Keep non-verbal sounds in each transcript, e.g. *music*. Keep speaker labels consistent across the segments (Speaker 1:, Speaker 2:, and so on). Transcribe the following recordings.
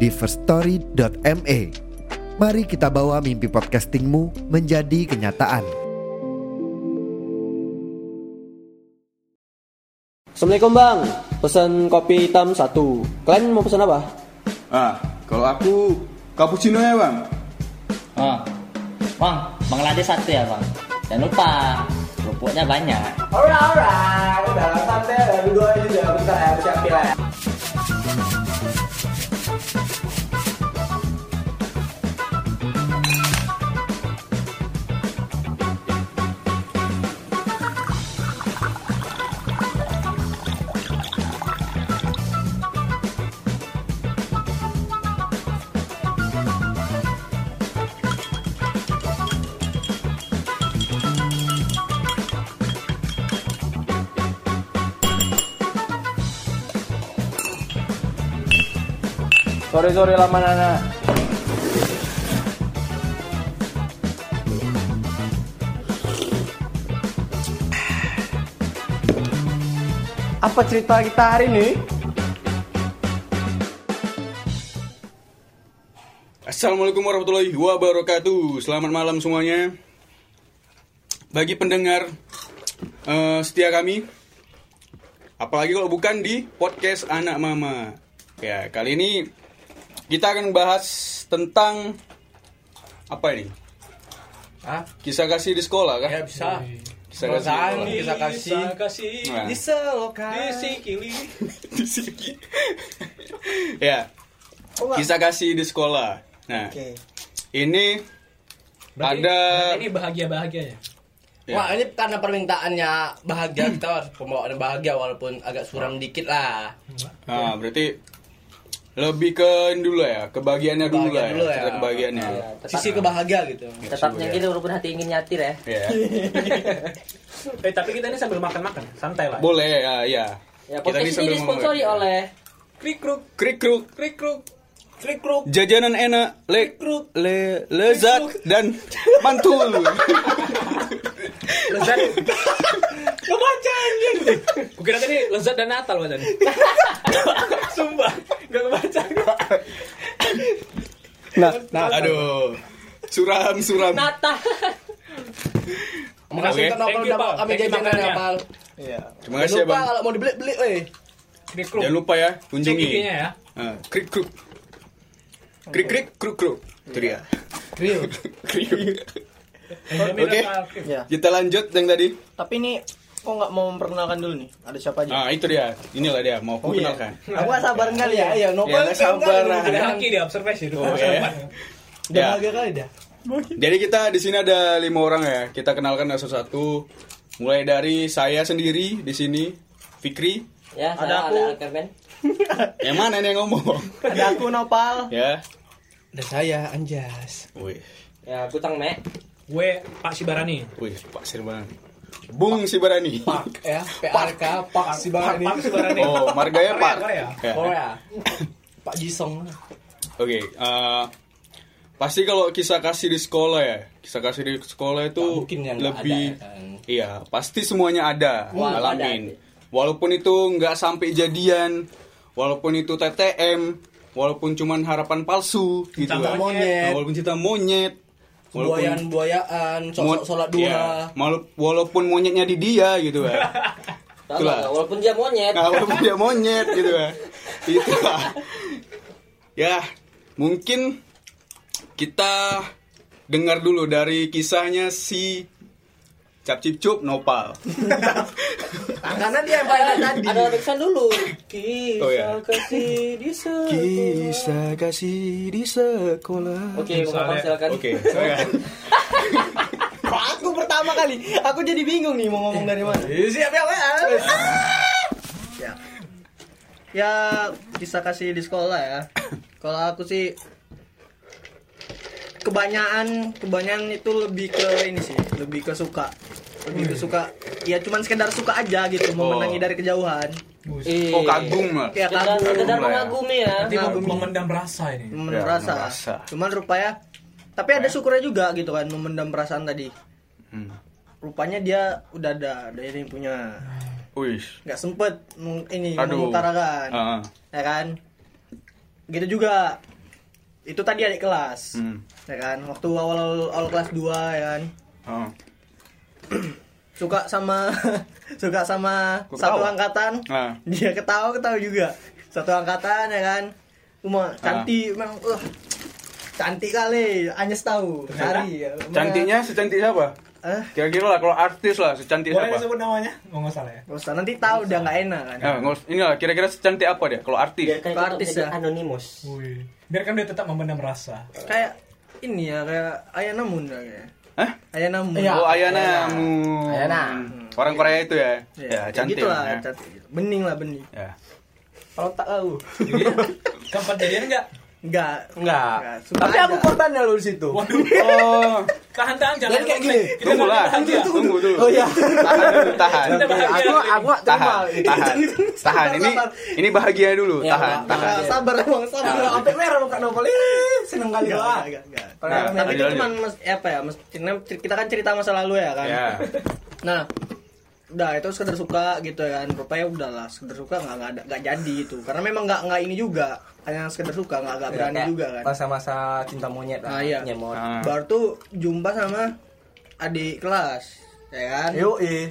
Speaker 1: di firststory.me. Mari kita bawa mimpi podcastingmu menjadi kenyataan.
Speaker 2: Assalamualaikum bang, pesan kopi hitam satu. Kalian mau pesan apa?
Speaker 3: Ah, kalau aku cappuccino ya bang.
Speaker 4: Oh. Bang, Bang Lade satu ya bang. Jangan lupa, kerupuknya banyak.
Speaker 5: Ora ora, udah santai ya, dua ini juga bentar ya, siap pila ya. Sorry sorry lama nana. Apa cerita kita hari ini?
Speaker 3: Assalamualaikum warahmatullahi wabarakatuh. Selamat malam semuanya. Bagi pendengar eh, setia kami, apalagi kalau bukan di podcast anak mama. Ya kali ini kita akan bahas tentang apa ini? Kisah kasih di sekolah kan?
Speaker 6: Ya bisa.
Speaker 3: Kisah kasih di sekolah.
Speaker 6: Bisa kasih. Bisa kasih.
Speaker 3: Nah.
Speaker 6: Disikili.
Speaker 3: Di sini. ya. Kisah kasih di sekolah. Nah, ini ada
Speaker 7: ini bahagia bahagianya Iya.
Speaker 3: Ya.
Speaker 6: Wah ini karena permintaannya bahagia kita harus pembawaan bahagia walaupun agak suram dikit lah.
Speaker 7: Hmm.
Speaker 3: Ah, berarti lebih ke ini dulu lah ya, kebagiannya dulu lah ya,
Speaker 6: Kebahagiaan dulu ya.
Speaker 3: cerita kebahagiannya.
Speaker 6: Sisi kebahagia gitu.
Speaker 4: Tetapnya gitu walaupun hati ingin nyatir ya.
Speaker 3: Ya,
Speaker 7: eh tapi kita ini sambil makan makan santai lah
Speaker 3: boleh ya, ya.
Speaker 4: Ya,
Speaker 3: Kita
Speaker 4: podcast
Speaker 3: sambil
Speaker 4: ini disponsori
Speaker 3: ngomong.
Speaker 4: oleh
Speaker 6: Krik kruk,
Speaker 3: Krik Kruk,
Speaker 6: krik kruk, krik kruk.
Speaker 3: jajanan enak, le,
Speaker 6: Kruk.
Speaker 3: le, lezat dan mantul.
Speaker 6: *laughs*
Speaker 7: lezat kebaca anjing gue kira tadi lezat dan natal
Speaker 6: *laughs*
Speaker 7: bacaan sumpah gak kebaca
Speaker 3: nah, aduh. Suram, suram.
Speaker 4: Nata.
Speaker 6: Makasih
Speaker 3: Oke.
Speaker 6: karena kalau
Speaker 7: Thank you,
Speaker 6: dapat
Speaker 7: Bang.
Speaker 6: kami
Speaker 7: Thank you
Speaker 6: jajanan ya
Speaker 7: makanannya.
Speaker 6: pal.
Speaker 8: Iya.
Speaker 3: Terima
Speaker 6: Jangan
Speaker 3: kasih ya,
Speaker 6: lupa
Speaker 3: Bang.
Speaker 6: kalau mau dibeli beli, eh.
Speaker 7: Dikruk.
Speaker 3: Jangan lupa ya,
Speaker 7: Cek
Speaker 3: kunjungi.
Speaker 7: IG-nya ya
Speaker 3: Ah, krik kruk. Krik krik kruk kruk. Itu dia. *laughs*
Speaker 6: Kriuk.
Speaker 3: Krik.
Speaker 7: Ekonomi
Speaker 3: Oke.
Speaker 7: lokal.
Speaker 3: Kita lanjut yang tadi.
Speaker 8: Tapi ini kok nggak mau memperkenalkan dulu nih? Ada siapa aja? iya.
Speaker 3: Ah, itu dia. Inilah dia, mau
Speaker 8: Oh,
Speaker 3: aku kenalkan.
Speaker 8: Aku gak sabar
Speaker 6: Kali
Speaker 8: kali
Speaker 6: ya,
Speaker 8: ya.
Speaker 6: ya
Speaker 3: Ya,
Speaker 6: nopal
Speaker 3: nggak sabar lah.
Speaker 7: ada haki di observasi dulu
Speaker 3: Oh, ya.
Speaker 6: Udah
Speaker 3: Ya.
Speaker 6: bahagia kali dah.
Speaker 3: Jadi kita di sini ada lima orang ya. Kita kenalkan satu-satu. Mulai dari saya sendiri di sini, Fikri.
Speaker 4: Ya, saya ada,
Speaker 8: Ada aku.
Speaker 4: Alkerben.
Speaker 3: Yang mana nih yang ngomong?
Speaker 8: Ada aku Nopal.
Speaker 3: ya.
Speaker 6: Dan saya Anjas.
Speaker 3: Wih,
Speaker 4: Ya, Gutang Mek.
Speaker 7: gue Pak Sibarani
Speaker 3: wih, Pak Sirban. Bung Sibarani.
Speaker 6: Pak ya, PRK, Pak si Bang
Speaker 7: Pak
Speaker 6: ini.
Speaker 7: Sibarani
Speaker 3: Oh, marganya
Speaker 7: Korea,
Speaker 3: Pak.
Speaker 7: Korea.
Speaker 3: Ya.
Speaker 6: Korea. Pak Jisong.
Speaker 3: Oke, eh, pasti kalau kisah kasih di sekolah ya, kisah kasih di sekolah itu
Speaker 6: Nggak mungkin yang nggak
Speaker 3: lebih,
Speaker 6: ada, kan?
Speaker 3: iya pasti semuanya ada,
Speaker 4: Wah,
Speaker 3: alamin. Walaupun itu nggak sampai jadian, walaupun itu TTM, walaupun cuman harapan palsu, gitu.
Speaker 7: Cinta
Speaker 3: kan.
Speaker 6: monyet.
Speaker 3: walaupun cinta monyet,
Speaker 6: buayaan buayaan
Speaker 3: mo-
Speaker 6: sosok sholat
Speaker 3: iya,
Speaker 6: duha
Speaker 3: malu- walaupun monyetnya di dia gitu kan.
Speaker 6: *laughs*
Speaker 4: Tahu
Speaker 3: Itulah.
Speaker 4: nggak? walaupun dia monyet.
Speaker 3: Nah, walaupun dia monyet gitu kan. Itu lah. Ya, mungkin kita dengar dulu dari kisahnya si Cap Cip Cup Nopal.
Speaker 9: Nah,
Speaker 6: karena dia yang
Speaker 4: Ada, ada pemeriksaan dulu. Kisah
Speaker 3: Oh, ya.
Speaker 4: kasih di sekolah.
Speaker 3: Kisah kasih di sekolah.
Speaker 4: Oke, Bang Abang, silakan.
Speaker 3: Oke, silakan.
Speaker 8: Aku pertama kali. Aku jadi bingung nih mau ngomong dari mana.
Speaker 9: Eh,
Speaker 6: siap ya
Speaker 9: Ah!
Speaker 8: Ya, kisah kasih di sekolah ya.
Speaker 9: Kalau aku sih kebanyakan kebanyakan itu lebih ke ini sih, lebih ke suka. Lebih ke suka. Ya cuman sekedar suka aja gitu, memenangi dari kejauhan.
Speaker 3: Oh kagum lah.
Speaker 9: Ya
Speaker 4: Sekedar- sekedar
Speaker 3: Mulai.
Speaker 4: mengagumi ya.
Speaker 6: Nanti mem- memendam rasa ini.
Speaker 3: Ya,
Speaker 9: memendam rasa.
Speaker 3: merasa. Ya.
Speaker 9: Cuman rupanya tapi ada syukurnya juga gitu kan memendam perasaan tadi.
Speaker 3: Hmm.
Speaker 9: Rupanya dia udah ada, ada yang punya.
Speaker 3: Wih.
Speaker 9: Nggak sempet meng- ini
Speaker 3: Aduh.
Speaker 9: mengutarakan.
Speaker 3: Ah, ah.
Speaker 9: Ya kan? Gitu juga. Itu tadi adik kelas.
Speaker 3: Hmm.
Speaker 9: Ya kan? Waktu awal awal kelas 2 ya kan.
Speaker 3: Ah.
Speaker 9: Suka sama *laughs* suka sama
Speaker 3: Kok
Speaker 9: satu
Speaker 3: ketawa?
Speaker 9: angkatan.
Speaker 3: Ah.
Speaker 9: Dia ketawa ketawa juga. Satu angkatan ya kan.
Speaker 3: Ah.
Speaker 9: Cuma cantik memang uh, cantik kali, Anyes tahu. Sari. ya.
Speaker 3: Cantiknya secantik siapa?
Speaker 9: Eh,
Speaker 3: Kira-kira lah kalau artis lah secantik
Speaker 6: Boleh
Speaker 3: siapa?
Speaker 6: disebut namanya? Oh, nggak salah ya.
Speaker 9: nggak usah nanti tahu udah nggak enak kan.
Speaker 3: Ya, ngos- ini lah kira-kira secantik apa dia kalau artis?
Speaker 4: Biarkan
Speaker 9: Ke
Speaker 4: itu
Speaker 9: artis
Speaker 4: jadi
Speaker 9: ya.
Speaker 8: gitu,
Speaker 4: anonimus.
Speaker 6: Wih. Biarkan dia tetap memendam rasa.
Speaker 9: Kayak ini ya kayak Ayana Moon lah kayak.
Speaker 3: Hah?
Speaker 9: Ayana Moon.
Speaker 3: Oh Ayana.
Speaker 4: Ayana.
Speaker 3: Hmm. Orang Korea itu ya.
Speaker 9: Iya,
Speaker 3: Ya,
Speaker 9: kayak
Speaker 3: cantik.
Speaker 9: gitu lah,
Speaker 3: ya.
Speaker 9: cantik. Bening lah bening.
Speaker 3: Ya.
Speaker 8: Kalau tak tahu.
Speaker 6: Jadi, kapan jadian nggak?
Speaker 9: Enggak,
Speaker 8: Enggak.
Speaker 9: Enggak, suka
Speaker 8: Tapi
Speaker 9: aja.
Speaker 8: aku korbannya lo di situ.
Speaker 6: Waduh.
Speaker 3: *laughs* Oh,
Speaker 6: Tahan-tahan jangan.
Speaker 8: Jadi kayak
Speaker 6: konflik.
Speaker 8: gini.
Speaker 6: Kita
Speaker 3: tunggu lah.
Speaker 6: nanti bahagia.
Speaker 3: Tunggu dulu.
Speaker 8: Oh iya.
Speaker 3: Tahan dulu, tahan.
Speaker 6: Kita bahagia.
Speaker 8: aku aku gak terima.
Speaker 3: Tahan, tahan. Tahan ini ini bahagia dulu, tahan, tahan.
Speaker 9: Nah, sabar Bang, sabar.
Speaker 3: Ah.
Speaker 8: Aduh, sampai merah muka novel. Ih, Seneng
Speaker 3: Ya,
Speaker 8: kali
Speaker 9: Iya,
Speaker 4: Iya,
Speaker 9: Enggak,
Speaker 8: gua.
Speaker 9: enggak, enggak.
Speaker 8: Nah,
Speaker 9: Nah, tapi itu
Speaker 3: lanjut,
Speaker 9: cuma apa ya? mas- karena kita kan cerita masa lalu ya kan.
Speaker 3: Ya.
Speaker 9: Nah, udah itu sekedar suka gitu ya kan. Rupanya udahlah sekedar suka nggak nggak ada- nggak jadi itu. Karena memang nggak nggak ini juga. Hanya sekedar suka nggak nggak berani juga kan.
Speaker 8: Masa-masa cinta monyet lah.
Speaker 9: Nah, iya.
Speaker 4: Nyemot.
Speaker 3: Ah.
Speaker 9: Baru tuh jumpa sama adik kelas ya kan.
Speaker 8: Yuk, eh.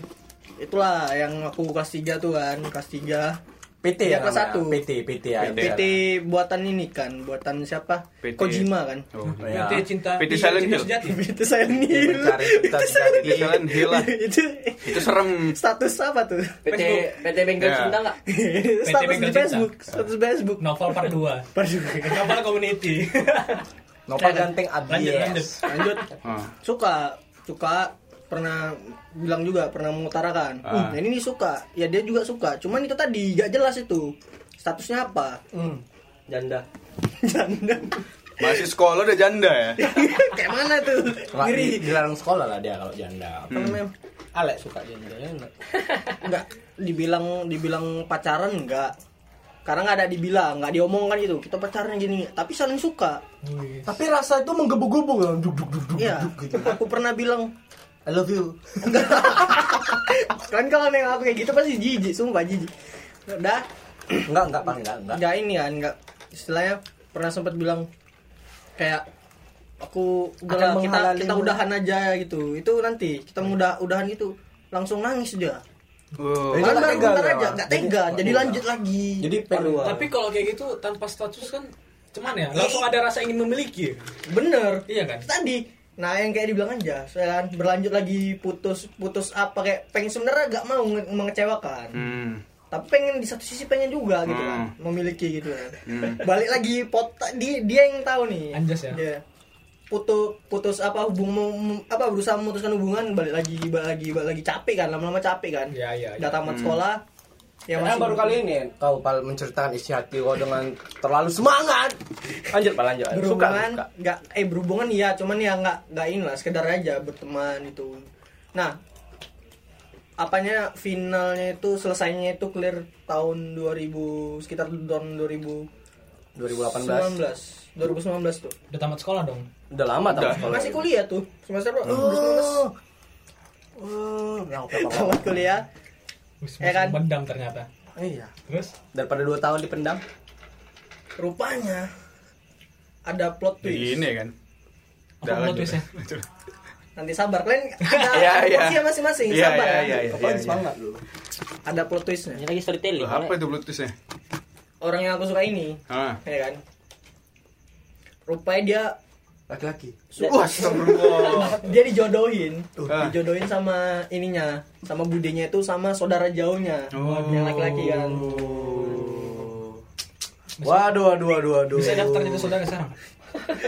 Speaker 9: Itulah yang aku kelas 3 tuh kan, kelas 3.
Speaker 8: PT
Speaker 9: Iya,
Speaker 8: ya
Speaker 9: kelas
Speaker 8: namanya.
Speaker 9: satu.
Speaker 8: PT, PT ya.
Speaker 9: PT, buatan ini kan, buatan siapa?
Speaker 3: *laughs* PT.
Speaker 9: Kojima kan.
Speaker 3: Ya. Oh,
Speaker 8: Ya.
Speaker 6: PT cinta.
Speaker 3: PT
Speaker 6: iya,
Speaker 3: Silent
Speaker 6: cinta
Speaker 3: Hill.
Speaker 6: sejati.
Speaker 9: itu saya nil. *laughs*
Speaker 8: Mencari kita
Speaker 3: Di Silent Hill lah.
Speaker 9: itu
Speaker 3: Itu serem.
Speaker 9: status apa
Speaker 8: *laughs*
Speaker 9: tuh?
Speaker 4: PT PT Bengkel
Speaker 3: Ya.
Speaker 4: Cinta nggak?
Speaker 9: status di
Speaker 6: Bengkel Cinta.
Speaker 9: Facebook, status Facebook.
Speaker 6: Novel part 2.
Speaker 9: Padu.
Speaker 6: Novel community.
Speaker 8: Nopal ganteng
Speaker 6: Lanjut,
Speaker 8: abis.
Speaker 6: lanjut.
Speaker 9: Lanjut
Speaker 3: Ah.
Speaker 9: suka, suka pernah bilang juga pernah mengutarakan.
Speaker 3: Ah.
Speaker 9: "Hmm, ini nih suka. Ya dia juga suka. Cuman itu tadi gak jelas itu. Statusnya apa?
Speaker 8: Hmm.
Speaker 4: Janda.
Speaker 9: *laughs* Janda.
Speaker 3: Masih sekolah udah janda ya.
Speaker 9: *laughs* Kayak mana tuh?
Speaker 8: Nggak,
Speaker 9: Ngeri. Hmm.
Speaker 8: di- Dilarang sekolah lah dia kalau janda.
Speaker 9: Apa namanya?
Speaker 8: Alek suka janda. ya
Speaker 9: *laughs*
Speaker 8: enak.
Speaker 9: nggak dibilang dibilang pacaran enggak karena nggak ada dibilang nggak diomongkan gitu kita pacaran gini tapi saling suka
Speaker 8: Tapi rasa itu menggebu-gebu kan. Duk, duk, duk, duk,
Speaker 9: iya
Speaker 8: duk, gitu.
Speaker 9: aku pernah bilang
Speaker 8: I love you.
Speaker 9: *laughs* kan kalau nengok aku kayak gitu pasti jijik sumpah jijik udah
Speaker 8: Enggak, enggak, Bang, enggak, enggak.
Speaker 9: nggak ini kan nggak istilahnya pernah sempat bilang kayak aku udah lah,
Speaker 8: Akan
Speaker 9: kita
Speaker 8: menghalalin-
Speaker 9: kita udahan aja gitu itu nanti kita mudah udahan itu langsung nangis dia
Speaker 3: Oh.
Speaker 8: Itu
Speaker 9: Kan
Speaker 8: nggak
Speaker 9: baru
Speaker 8: tega
Speaker 9: bentar
Speaker 8: dia,
Speaker 9: aja
Speaker 8: Bang.
Speaker 9: nggak tega
Speaker 8: Jadi- Iya.
Speaker 9: jadi lanjut lagi
Speaker 8: Jadi pengen
Speaker 6: Tapi kalau kayak gitu tanpa status kan cuman ya langsung ada rasa ingin memiliki
Speaker 9: bener
Speaker 6: iya kan
Speaker 9: tadi nah yang kayak dibilang aja saya kan berlanjut lagi putus putus apa kayak pengen sebenarnya gak mau nge- mengecewakan
Speaker 3: Hmm.
Speaker 9: tapi pengen di satu sisi pengen juga gitu kan
Speaker 3: Hmm.
Speaker 9: memiliki gitu kan
Speaker 8: Hmm.
Speaker 9: balik lagi pot di- dia yang tahu nih
Speaker 6: Anjas ya?
Speaker 9: Dia. putus putus apa hubung mem- apa berusaha memutuskan hubungan balik lagi balik lagi balik lagi capek kan lama-lama capek kan
Speaker 6: Iya, iya, iya.
Speaker 9: udah tamat sekolah ya
Speaker 8: Karena Hmm. baru kali ini kau pal menceritakan isi hati kau dengan terlalu semangat. Lanjut pak lanjut. Suka,
Speaker 9: berhubungan
Speaker 8: suka.
Speaker 9: nggak eh berhubungan iya cuman ya nggak nggak ini lah sekedar aja berteman itu nah apanya finalnya itu selesainya itu clear tahun 2000 sekitar tahun 2019
Speaker 8: 2018.
Speaker 9: 2019 tuh
Speaker 6: udah tamat sekolah dong
Speaker 8: Udah lama tau sekolah.
Speaker 9: masih kuliah tuh semester berapa?
Speaker 8: Oh. Oh, yang apa
Speaker 9: 2019 tamat kuliah
Speaker 6: Wih,
Speaker 9: Ya kan?
Speaker 6: mendam ternyata
Speaker 8: Iya.
Speaker 6: terus
Speaker 8: Daripada 2 tahun dipendam.
Speaker 9: rupanya ada plot twist
Speaker 3: Ini kan. Udah
Speaker 6: apa
Speaker 3: lanjut.
Speaker 6: tulisnya
Speaker 9: nanti
Speaker 3: *laughs*
Speaker 9: sabar kalian ada
Speaker 3: Iya, iya.
Speaker 9: porsinya masing-masing
Speaker 3: Iya,
Speaker 9: sabar
Speaker 3: iya,
Speaker 9: ya.
Speaker 3: iya, iya,
Speaker 8: Pokoknya
Speaker 3: iya.
Speaker 8: semangat dulu.
Speaker 9: ada plot twistnya
Speaker 4: Ini lagi storytelling.
Speaker 3: Lah, Apa itu bluetoothnya?
Speaker 9: orang yang aku suka ini
Speaker 3: Ah.
Speaker 9: ya kan rupanya dia
Speaker 8: Laki-laki.
Speaker 3: Wah, astagfirullah.
Speaker 8: Oh.
Speaker 9: dia dijodohin
Speaker 3: Ah.
Speaker 9: dijodohin sama ininya sama budenya itu sama saudara jauhnya
Speaker 3: Oh.
Speaker 9: yang laki-laki kan
Speaker 8: Waduh, waduh, waduh, waduh.
Speaker 6: bisa daftar jadi saudara sekarang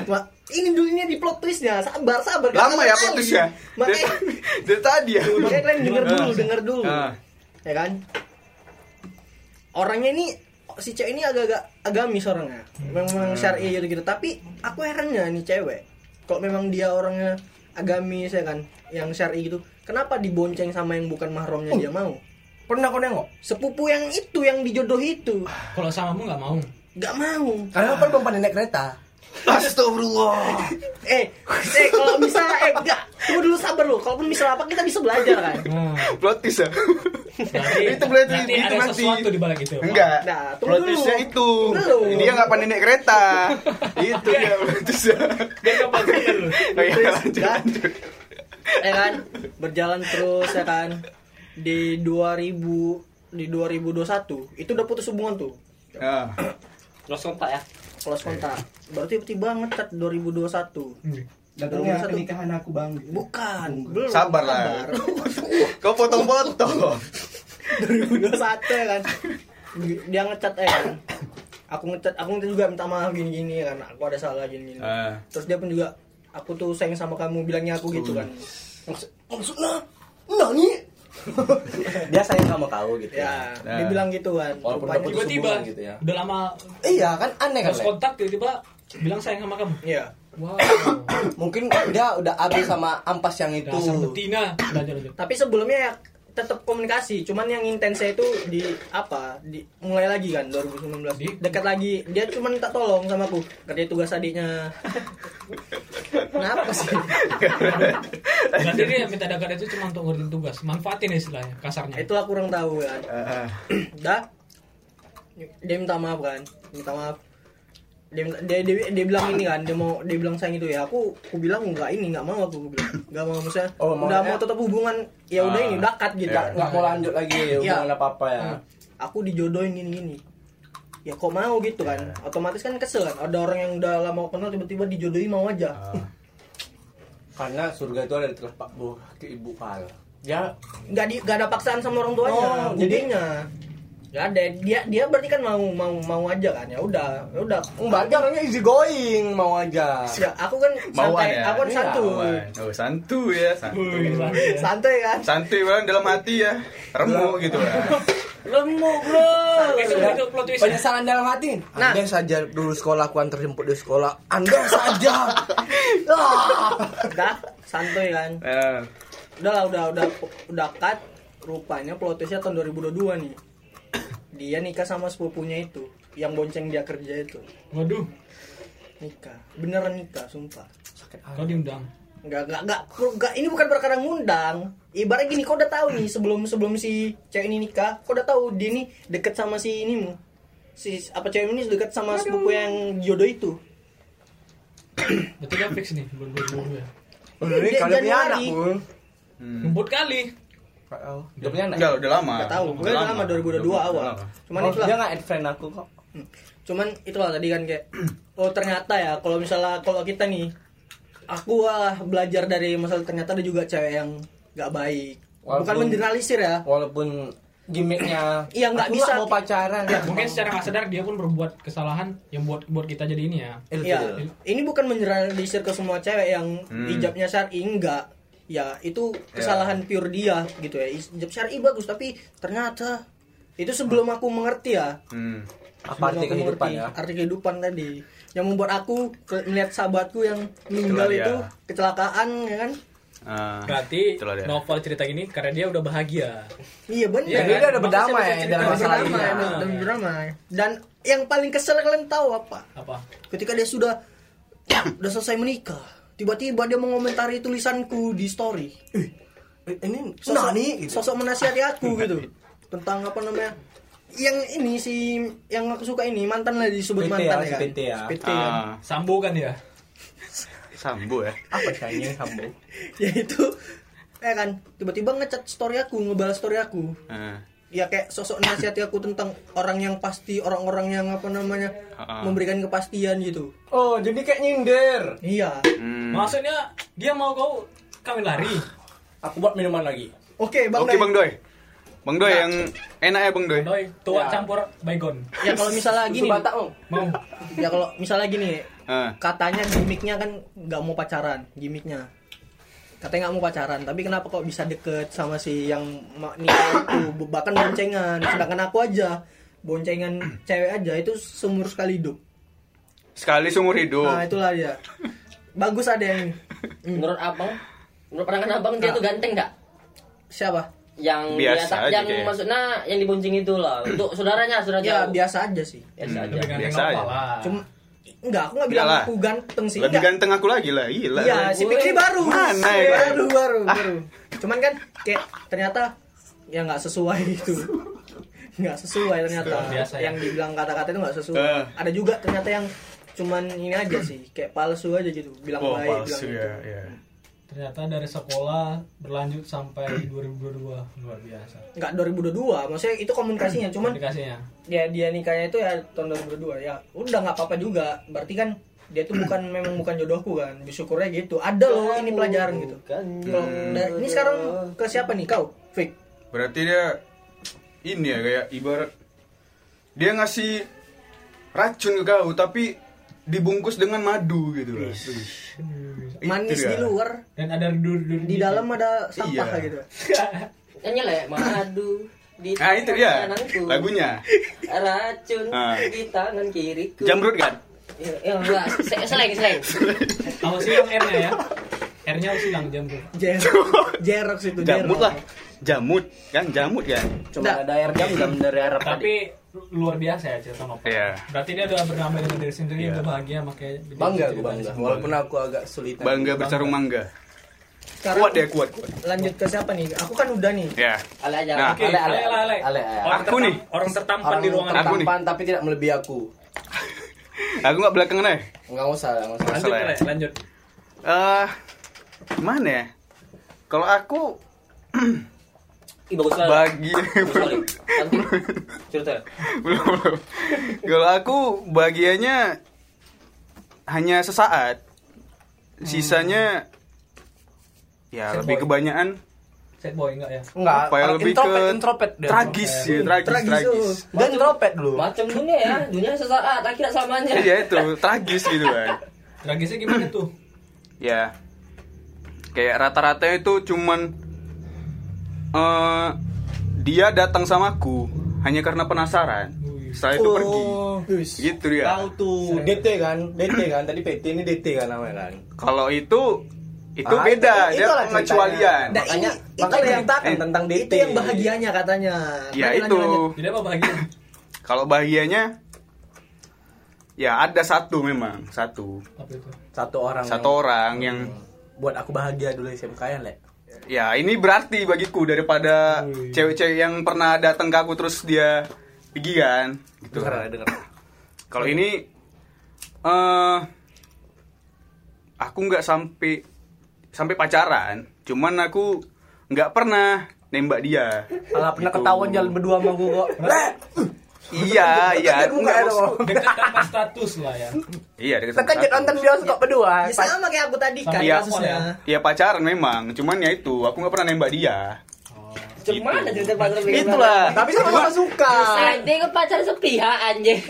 Speaker 9: Wah, ini dulu ini di plot twistnya sabar sabar
Speaker 3: Lama ya
Speaker 9: Kali.
Speaker 3: plot twistnya. Dari,
Speaker 9: makanya
Speaker 3: dari tadi ya.
Speaker 9: makanya kalian denger dulu
Speaker 3: Ah.
Speaker 9: denger dulu
Speaker 3: Ah.
Speaker 9: ya kan ya orangnya ini si cewek ini agak-agak agamis orangnya
Speaker 3: Hmm.
Speaker 9: memang syar'i gitu-gitu tapi aku herannya nih cewek kalau memang dia orangnya agamis ya kan yang syar'i gitu kenapa dibonceng sama yang bukan
Speaker 3: Oh.
Speaker 9: mahramnya dia mau
Speaker 8: Pernah kau nengok?
Speaker 9: sepupu yang itu yang dijodoh itu
Speaker 3: Ah.
Speaker 6: Kalau samamu nggak mau.
Speaker 9: nggak mau
Speaker 8: Karena kan perempuan yang naik kereta. Astagfirullah.
Speaker 9: eh eh kalau misalnya eh enggak tunggu dulu sabar lu kalaupun misalnya apa kita bisa belajar kan
Speaker 3: Plot twist ya?
Speaker 6: Nah, Berarti,
Speaker 3: *laughs* Itu berarti-
Speaker 6: berarti
Speaker 3: itu
Speaker 6: ada
Speaker 3: nanti.
Speaker 6: sesuatu di balik itu.
Speaker 3: Enggak.
Speaker 9: Nah, tunggu
Speaker 3: plot
Speaker 9: dulu.
Speaker 3: twistnya itu.
Speaker 9: Tunggu dulu.
Speaker 3: Dia nggak pandai naik kereta. itu dia plot twistnya.
Speaker 6: Dia
Speaker 3: *laughs*
Speaker 6: kapan sadar lu?
Speaker 3: Oh iya, lanjut.
Speaker 9: Dan- ya kan berjalan terus ya kan di 2000 di 2021 itu udah putus hubungan tuh
Speaker 3: Ah,
Speaker 10: Terus kontak ya.
Speaker 9: close kontak baru tiba-tiba ngecat 2021
Speaker 8: Datangnya
Speaker 9: 2021.
Speaker 8: pernikahan aku bang.
Speaker 9: bukan belum
Speaker 3: Sabar lah.
Speaker 9: kabar.
Speaker 3: *laughs* Kau potong-potong.
Speaker 9: 2021 ya kan dia ngecat ya kan aku ngecat aku ngecat juga minta maaf gini-gini ya kan aku ada salah gini-gini
Speaker 4: Ah.
Speaker 9: terus dia pun juga aku tuh sayang sama kamu bilangnya aku gitu kan Maksud- maksudnya
Speaker 8: *laughs* Dia sayang sama kau gitu.
Speaker 9: ya dia bilang gitu kan
Speaker 8: Walaupun
Speaker 9: Rupanya-
Speaker 8: udah putus.
Speaker 6: Tiba-tiba
Speaker 8: Hubungan gitu ya.
Speaker 6: udah lama
Speaker 8: Iya kan
Speaker 9: Eh,
Speaker 8: aneh kan.
Speaker 6: terus
Speaker 8: Le?
Speaker 6: kontak tiba-tiba bilang sayang sama kamu.
Speaker 9: iya
Speaker 6: Wow.
Speaker 8: Mungkin Kan dia udah habis sama ampas yang itu.
Speaker 6: Dasar betina. Lanjut lanjut.
Speaker 9: tapi sebelumnya ya tetap komunikasi cuman yang intensnya itu di apa di mulai lagi kan 2019
Speaker 6: Di?
Speaker 9: dekat lagi dia cuman minta tolong sama aku kerja tugas adiknya kenapa sih
Speaker 6: Berarti dia minta dagang itu cuma untuk ngerjain tugas. Manfaatin istilahnya kasarnya.
Speaker 9: itu aku kurang tahu kan
Speaker 3: Ah.
Speaker 9: dah dia minta maaf kan minta maaf dia, minta- dia, dia, dia bilang ini kan dia mau dia bilang sayang itu ya aku aku bilang nggak ini nggak mau aku aku bilang nggak mau maksudnya
Speaker 8: Oh,
Speaker 9: udah
Speaker 8: maunya-
Speaker 9: mau tetap hubungan ya udah ini udah cut gitu
Speaker 8: Nggak nggak mau lanjut lagi hubungan
Speaker 9: Iya.
Speaker 8: apa apa ya.
Speaker 9: aku dijodohin gini gini ya kok mau gitu kan otomatis kan kesel kan ada orang yang udah lama aku kenal tiba-tiba dijodohin mau aja
Speaker 3: Ah.
Speaker 8: Ah. Karena surga itu ada di telapak buah kaki ibu pal. Dia
Speaker 9: nggak di nggak ada paksaan sama orang tuanya
Speaker 8: Oh, jadi-
Speaker 9: jadinya nggak ada dia dia berarti kan mau mau mau aja kan ya udah ya udah
Speaker 8: Mbak dia orangnya easy going mau aja.
Speaker 9: Ya, aku kan
Speaker 3: Mauan
Speaker 9: santai,
Speaker 3: ya?
Speaker 9: aku kan
Speaker 8: Iya,
Speaker 9: santu.
Speaker 3: Mauan. Oh, santu ya, santu.
Speaker 6: Wih, lanjut.
Speaker 9: *laughs* Santai kan?
Speaker 3: Santuy bang dalam hati ya. Remuk
Speaker 9: *laughs*
Speaker 3: gitu ya.
Speaker 9: Remuk, Bro.
Speaker 6: Itu itu plot twistnya.
Speaker 8: Penyesalan dalam hati.
Speaker 9: Nah.
Speaker 8: Andai saja dulu sekolah aku antar jemput di sekolah. Andai saja.
Speaker 9: *laughs*
Speaker 8: Ah.
Speaker 9: Udah, santai kan.
Speaker 3: Eh,
Speaker 9: Udah lah, udah udah udah cut. Rupanya plot twistnya tahun 2022 nih. Dia nikah sama sepupunya itu, yang bonceng dia kerja itu.
Speaker 6: Waduh,
Speaker 9: Nikah. Beneran nikah, sumpah.
Speaker 6: kau diundang.
Speaker 9: Enggak, enggak, enggak, enggak. Ini bukan perkara ngundang. Ibarat gini, kau udah tahu nih sebelum sebelum si cewek ini nikah, kau udah tahu dia nih deket sama si inimu. Si apa cewek ini deket sama sepupu yang jodoh itu.
Speaker 6: Berarti dia kan, fix nih, bulan dua ya.
Speaker 8: Ini
Speaker 9: Dia-
Speaker 8: kalau Oh, punya
Speaker 9: Januari.
Speaker 8: anak pun. Hmm.
Speaker 6: Ngebut kali.
Speaker 8: Nggak
Speaker 9: Oh.
Speaker 8: tahu. Dia punya anak.
Speaker 3: enggak, udah lama.
Speaker 9: Gak tahu, gue udah lama 2002 awal. Cuman
Speaker 8: Oh,
Speaker 9: itulah.
Speaker 8: dia nggak add friend aku kok.
Speaker 9: Hmm. Cuman itulah tadi kan kayak oh ternyata ya kalau misalnya kalau kita nih aku ah, belajar dari masalah ternyata ada juga cewek yang gak baik. Bukan
Speaker 8: Walaupun-
Speaker 9: menjernalisir ya.
Speaker 8: Walaupun gimmicknya
Speaker 9: Iya, nggak
Speaker 8: aku
Speaker 9: bisa.
Speaker 8: mau pacaran.
Speaker 6: Mungkin secara nggak sadar dia pun berbuat kesalahan yang buat buat kita jadi ini ya.
Speaker 8: Eh,
Speaker 9: Iya, ini bukan menjernalisir ke semua cewek yang
Speaker 8: Hmm.
Speaker 9: hijabnya syar'i enggak. Ya, itu kesalahan pure dia gitu ya. Hijab syar'i bagus tapi ternyata itu sebelum aku mengerti ya.
Speaker 3: Hmm.
Speaker 8: Apa arti
Speaker 9: Sebelum aku
Speaker 8: kehidupan
Speaker 9: mengerti
Speaker 8: ya?
Speaker 9: arti kehidupan tadi yang membuat aku ke- melihat sahabatku yang
Speaker 3: Itulah
Speaker 9: meninggal
Speaker 3: dia.
Speaker 9: itu kecelakaan ya kan
Speaker 8: Nah,
Speaker 3: Ah,
Speaker 6: Berarti
Speaker 3: itulah dia.
Speaker 6: novel cerita gini karena dia udah bahagia. kan?
Speaker 9: iya benar
Speaker 8: Jadi dia udah berdamai dalam Ya, masalah
Speaker 9: berdamai,
Speaker 8: ini. Iya.
Speaker 9: dan-
Speaker 6: nah.
Speaker 9: dan berdamai. dan yang paling kesel kalian tahu apa
Speaker 6: Apa?
Speaker 9: ketika dia sudah *coughs* udah selesai menikah tiba-tiba dia mengomentari tulisanku di story
Speaker 8: Eh, Ini
Speaker 9: sosok
Speaker 8: nih.
Speaker 9: sosok menasihati aku
Speaker 8: *laughs*
Speaker 9: gitu tentang apa namanya yang ini si yang aku suka ini mantan lah disebut
Speaker 8: PT
Speaker 9: mantan
Speaker 8: ya,
Speaker 9: ya kan
Speaker 8: si PT ya.
Speaker 9: PT kan. *laughs*
Speaker 3: Ah,
Speaker 6: Sambo kan ya.
Speaker 3: sambo ya.
Speaker 9: Ah.
Speaker 8: Apa kayaknya sambo?
Speaker 9: yaitu ya kan tiba-tiba ngecat story aku ngebalas story aku
Speaker 3: Ah,
Speaker 9: ya kayak sosok nasihati aku tentang orang yang pasti orang-orang yang apa namanya
Speaker 3: Ah.
Speaker 9: memberikan kepastian gitu
Speaker 8: Oh, jadi kayak nyindir.
Speaker 9: iya
Speaker 3: hmm.
Speaker 6: Maksudnya dia mau kau kawin lari.
Speaker 8: Aku buat minuman lagi.
Speaker 9: oke bang,
Speaker 3: Oke
Speaker 9: Dai.
Speaker 3: Bang Doi. Bang Doi yang enak ya Bang Doi.
Speaker 6: Doi, tua
Speaker 8: Ya.
Speaker 6: campur baygon.
Speaker 9: ya kalau misalnya gini
Speaker 8: Batak mau.
Speaker 6: Mau.
Speaker 9: ya kalau misalnya gini
Speaker 3: Ah.
Speaker 9: katanya gimmicknya kan nggak mau pacaran gimmicknya katanya nggak mau pacaran tapi kenapa kok bisa deket sama si yang ma- nikah itu bahkan boncengan sedangkan aku aja boncengan cewek aja itu seumur sekali hidup
Speaker 3: Sekali seumur hidup.
Speaker 9: nah itulah dia bagus ada yang ini.
Speaker 3: Hmm.
Speaker 10: Menurut abang, menurut pandangan abang dia
Speaker 9: Nah.
Speaker 10: tuh ganteng nggak?
Speaker 9: siapa
Speaker 10: Yang
Speaker 3: Ya. Biasa
Speaker 10: biasa,
Speaker 3: aja
Speaker 10: yang
Speaker 3: kayaknya.
Speaker 10: maksudnya yang dibonceng itu lah. Untuk saudaranya, saudara
Speaker 9: ya
Speaker 10: jauh.
Speaker 9: biasa aja sih
Speaker 3: Ya.
Speaker 10: Biasa aja.
Speaker 3: Hmm,
Speaker 8: Ya,
Speaker 3: Biasa aja.
Speaker 9: cuma enggak aku nggak bilang
Speaker 3: Iyalah.
Speaker 9: aku ganteng sih
Speaker 3: Lebih
Speaker 9: enggak
Speaker 3: ganteng aku lagi lah, gila.
Speaker 9: Iya, si Fikri baru.
Speaker 3: Mana
Speaker 9: Si
Speaker 3: ya?
Speaker 9: Baru, baru, baru. Cuman kan kayak ternyata ya nggak sesuai itu. Nggak sesuai ternyata. yang dibilang kata-kata itu nggak sesuai.
Speaker 3: ya. Eh.
Speaker 9: Ada juga ternyata yang cuman ini aja sih, kayak palsu aja gitu. Bilang
Speaker 3: Oh,
Speaker 9: baik,
Speaker 3: palsu
Speaker 9: bilang
Speaker 3: ya,
Speaker 9: gitu.
Speaker 3: ya.
Speaker 11: Ternyata dari sekolah berlanjut sampai 2022 luar biasa.
Speaker 9: Nggak 2022, maksudnya itu
Speaker 3: Hmm.
Speaker 9: komunikasinya. Cuman
Speaker 11: Aplikasinya.
Speaker 9: ya dia nikahnya itu ya tahun 2022 ya. Udah nggak apa-apa juga. Berarti kan dia tuh bukan memang bukan jodohku kan. Bersyukurnya gitu. Ada loh ini pelajaran gitu. Kalau dari- ini sekarang ke siapa nih kau? Fik.
Speaker 3: Berarti dia ini ya kayak ibarat dia ngasih racun ke kau tapi dibungkus dengan madu gitu lah. Itu
Speaker 9: manis
Speaker 3: dia.
Speaker 9: di luar
Speaker 11: Dan ada dur-dur
Speaker 12: Iya.
Speaker 9: di dalam ada sampah
Speaker 3: Iya.
Speaker 9: gitu
Speaker 10: Yang nyelek ya, madu di
Speaker 3: Nah itu dia
Speaker 10: kananku.
Speaker 3: lagunya.
Speaker 10: Racun
Speaker 3: Ah.
Speaker 10: di tangan kiriku.
Speaker 3: Jamrut kan?
Speaker 10: Ya, ya, enggak. Se- Seleng, seleng.
Speaker 11: Apa sih yang R-nya ya? R-nya harus hilang jam bro.
Speaker 9: jerok jerok situ jerok
Speaker 3: Jamut lah. Jamut kan jamut kan?
Speaker 2: Cuma ada air jam jam dari Arab tadi.
Speaker 11: Tapi lu- luar biasa ya cerita Nopal.
Speaker 3: Iya.
Speaker 11: Berarti dia udah berdamai dengan diri sendiri,
Speaker 3: Iya.
Speaker 11: udah bahagia makanya.
Speaker 12: Bangga aku bangga. Walaupun aku agak sulitan.
Speaker 3: Bangga bertarung mangga.
Speaker 9: Sekarang
Speaker 3: Kuat ya kuat kuat.
Speaker 9: lanjut ke siapa nih aku kan udah nih
Speaker 3: Ya.
Speaker 10: Ale aja.
Speaker 3: Nah.
Speaker 6: Oke, ale, ale, ale.
Speaker 12: Ale, ale.
Speaker 6: Orang
Speaker 3: Aku
Speaker 6: tertam-
Speaker 3: nih.
Speaker 6: Orang tertampan
Speaker 12: Orang
Speaker 6: di ruangan
Speaker 3: Aku nih.
Speaker 12: tertampan tapi tidak melebihi aku.
Speaker 3: *laughs* Aku nggak belakangan ya.
Speaker 12: Enggak usah, enggak usah.
Speaker 6: Lanjut,
Speaker 3: Masalah ya.
Speaker 6: Le, lanjut.
Speaker 3: Eh, gimana ya? Kalau aku
Speaker 10: Ih, bagus banget.
Speaker 3: bagi
Speaker 12: Oh,
Speaker 10: Bagus sekali. Lanjut. Cerita.
Speaker 3: belum belum. Kalau aku bagiannya hanya sesaat. Sisanya ya
Speaker 11: Set
Speaker 3: lebih
Speaker 11: boy.
Speaker 3: kebanyakan
Speaker 11: Set boy enggak ya?
Speaker 12: Enggak,
Speaker 3: Apa ya,
Speaker 12: orang
Speaker 3: lebih
Speaker 12: Ah, introvert,
Speaker 3: ke
Speaker 12: introvert dia.
Speaker 3: tragis ya, tragis,
Speaker 9: tragis,
Speaker 3: tragis.
Speaker 9: oh.
Speaker 12: Dia introvert dulu.
Speaker 10: Macam dunia ya, dunia sesaat, akhirat samanya.
Speaker 3: Iya itu, tragis gitu kan.
Speaker 11: Tragisnya gimana tuh?
Speaker 3: ya kayak rata-rata itu cuman eh dia datang sama aku hanya karena penasaran setelah itu pergi
Speaker 12: Wis.
Speaker 3: gitu dia
Speaker 12: Oh. Tahu tuh DT kan, DT kan. Tadi PT ini DT kan namanya kan.
Speaker 3: kalau itu itu
Speaker 12: Ah,
Speaker 3: beda
Speaker 12: itu-
Speaker 3: dia
Speaker 12: itulah Nah,
Speaker 3: pengecualian
Speaker 12: ceritanya. Makanya-
Speaker 9: Nah, itu
Speaker 12: makanya
Speaker 9: yang-
Speaker 12: ceritakan tentang DT.
Speaker 9: itu yang bahagianya katanya
Speaker 3: ya itu
Speaker 9: Lanjut, lanjut, lanjut.
Speaker 11: Jadi apa bahagia?
Speaker 3: kalau bahagianya ya ada satu memang satu
Speaker 11: Apa itu?
Speaker 12: Satu orang. Hmm.
Speaker 3: satu orang yang
Speaker 12: buat aku bahagia dulu SMK ya, Le.
Speaker 3: ya ini berarti bagiku daripada cewek-cewek yang pernah datang ke aku terus dia pergi kan gitu
Speaker 12: Dengar, dengar.
Speaker 3: Kalau ini eh aku nggak sampai sampai pacaran, cuman aku nggak pernah nembak dia.
Speaker 12: Alah pernah
Speaker 3: Gitu.
Speaker 12: ketahuan jalan berdua sama gua kok. Le,
Speaker 3: Iya,
Speaker 12: *laughs*
Speaker 3: iya. Nggak,
Speaker 12: buka ya
Speaker 3: maksud-
Speaker 12: dong.
Speaker 11: Dekat tanpa status lah ya.
Speaker 3: Iya, dekat sama
Speaker 12: Sekejap
Speaker 3: satu.
Speaker 12: kan nonton bioskop berdua.
Speaker 9: ya sama kayak aku tadi kan
Speaker 3: Iya.
Speaker 9: kasusnya
Speaker 11: ya.
Speaker 3: Iya pacaran memang, cuman ya itu aku nggak pernah nembak dia.
Speaker 12: Oh.
Speaker 3: Gitu.
Speaker 10: Cuma ada cerita pacar begini.
Speaker 3: Itulah.
Speaker 12: Tapi sama-sama suka.
Speaker 10: Santai ke pacar sepihak
Speaker 3: *laughs*
Speaker 10: anjing.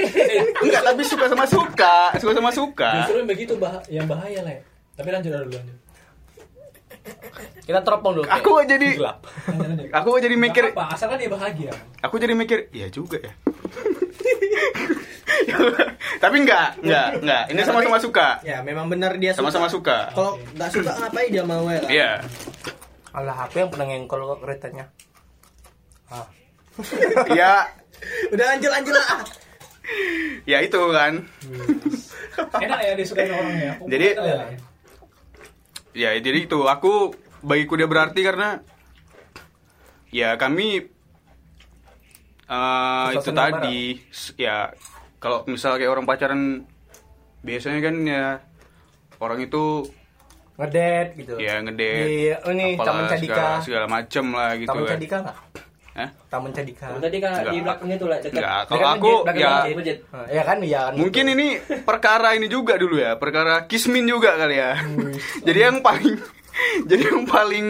Speaker 3: Enggak, tapi suka sama suka, suka sama suka.
Speaker 11: Justru yang begitu bah yang bahaya lah. ya. Tapi lanjut dulu lanjut.
Speaker 12: Kita teropong dulu.
Speaker 3: Aku nggak jadi,
Speaker 11: Lanjut, lanjut.
Speaker 3: aku nggak jadi mikir,
Speaker 11: Nggak apa, asalkan dia bahagia.
Speaker 3: aku jadi mikir, iya juga ya. tapi nggak, nggak, nggak. Ini sama-sama suka.
Speaker 9: ya memang benar dia suka.
Speaker 3: sama-sama suka.
Speaker 9: kalau nggak suka ngapain dia mau ya kan?
Speaker 3: Iya.
Speaker 12: Alah, aku yang pernah ngengkol kok keretanya. Ah.
Speaker 3: Iya,
Speaker 9: *laughs* udah lanjut lanjut lah Ah,
Speaker 3: ya itu kan.
Speaker 11: Enak ya dia suka sama orang ya.
Speaker 3: Jadi,
Speaker 11: Enak ya.
Speaker 3: Ya, jadi itu aku bagiku dia berarti karena ya kami eh itu
Speaker 12: Suasana
Speaker 3: tadi s- ya kalau misal kayak orang pacaran biasanya kan ya orang itu
Speaker 12: Ngedet gitu.
Speaker 3: ya ngedate
Speaker 12: Iya, ini
Speaker 3: apalah,
Speaker 12: Taman Cadika.
Speaker 3: segala, segala macem lah gitu
Speaker 12: Taman
Speaker 3: kan.
Speaker 12: Cadika enggak?
Speaker 3: Hah?
Speaker 12: Taman Cadika.
Speaker 10: Tadi kan di
Speaker 3: Enggak.
Speaker 10: belakangnya tuh lah dekat.
Speaker 3: Enggak, kalau
Speaker 12: Belakang
Speaker 3: aku
Speaker 12: masjid, belakang
Speaker 3: ya
Speaker 12: masjid.
Speaker 10: Budget.
Speaker 12: Eh, Ya kan, iya kan.
Speaker 3: Mungkin ini perkara ini juga dulu ya, perkara kismin juga kali ya.
Speaker 8: Hmm.
Speaker 3: *laughs* jadi yang paling jadi yang paling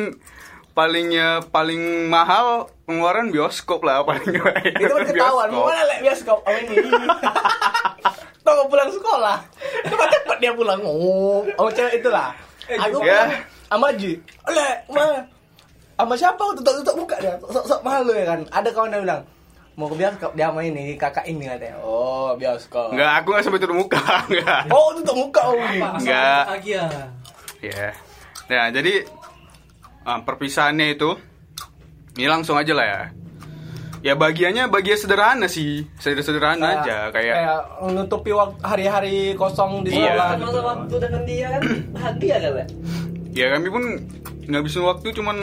Speaker 3: palingnya paling mahal pengeluaran bioskop lah paling bayar
Speaker 12: itu kan ketahuan
Speaker 3: bioskop.
Speaker 12: mau mana lek bioskop amin
Speaker 8: *laughs*
Speaker 12: ini tunggu pulang sekolah cuma cepat dia pulang oh oh cewek itulah
Speaker 8: Eh,
Speaker 12: aku
Speaker 3: Ya.
Speaker 12: pulang sama Ji "Oh, lek ma sama siapa tutup tutup buka dia sok sok malu ya kan ada kawan yang bilang
Speaker 8: mau ke bioskop dia main ini kakak ini katanya oh bioskop
Speaker 3: Enggak, aku nggak sampai tutup muka, *laughs* enggak.
Speaker 8: oh tutup muka oh
Speaker 3: Enggak.
Speaker 11: Lagi ya.
Speaker 3: Ya. Nah, jadi ah, perpisahannya itu ini langsung aja lah ya. Ya bagiannya bagian sederhana sih,
Speaker 8: Ah,
Speaker 3: sederhana aja kayak
Speaker 8: kayak menutupi wak- hari-hari kosong di
Speaker 3: Iya.
Speaker 8: sekolah
Speaker 10: Masa waktu dengan dia kan bahagia kan ya?
Speaker 3: ya kami pun ngabisin waktu cuman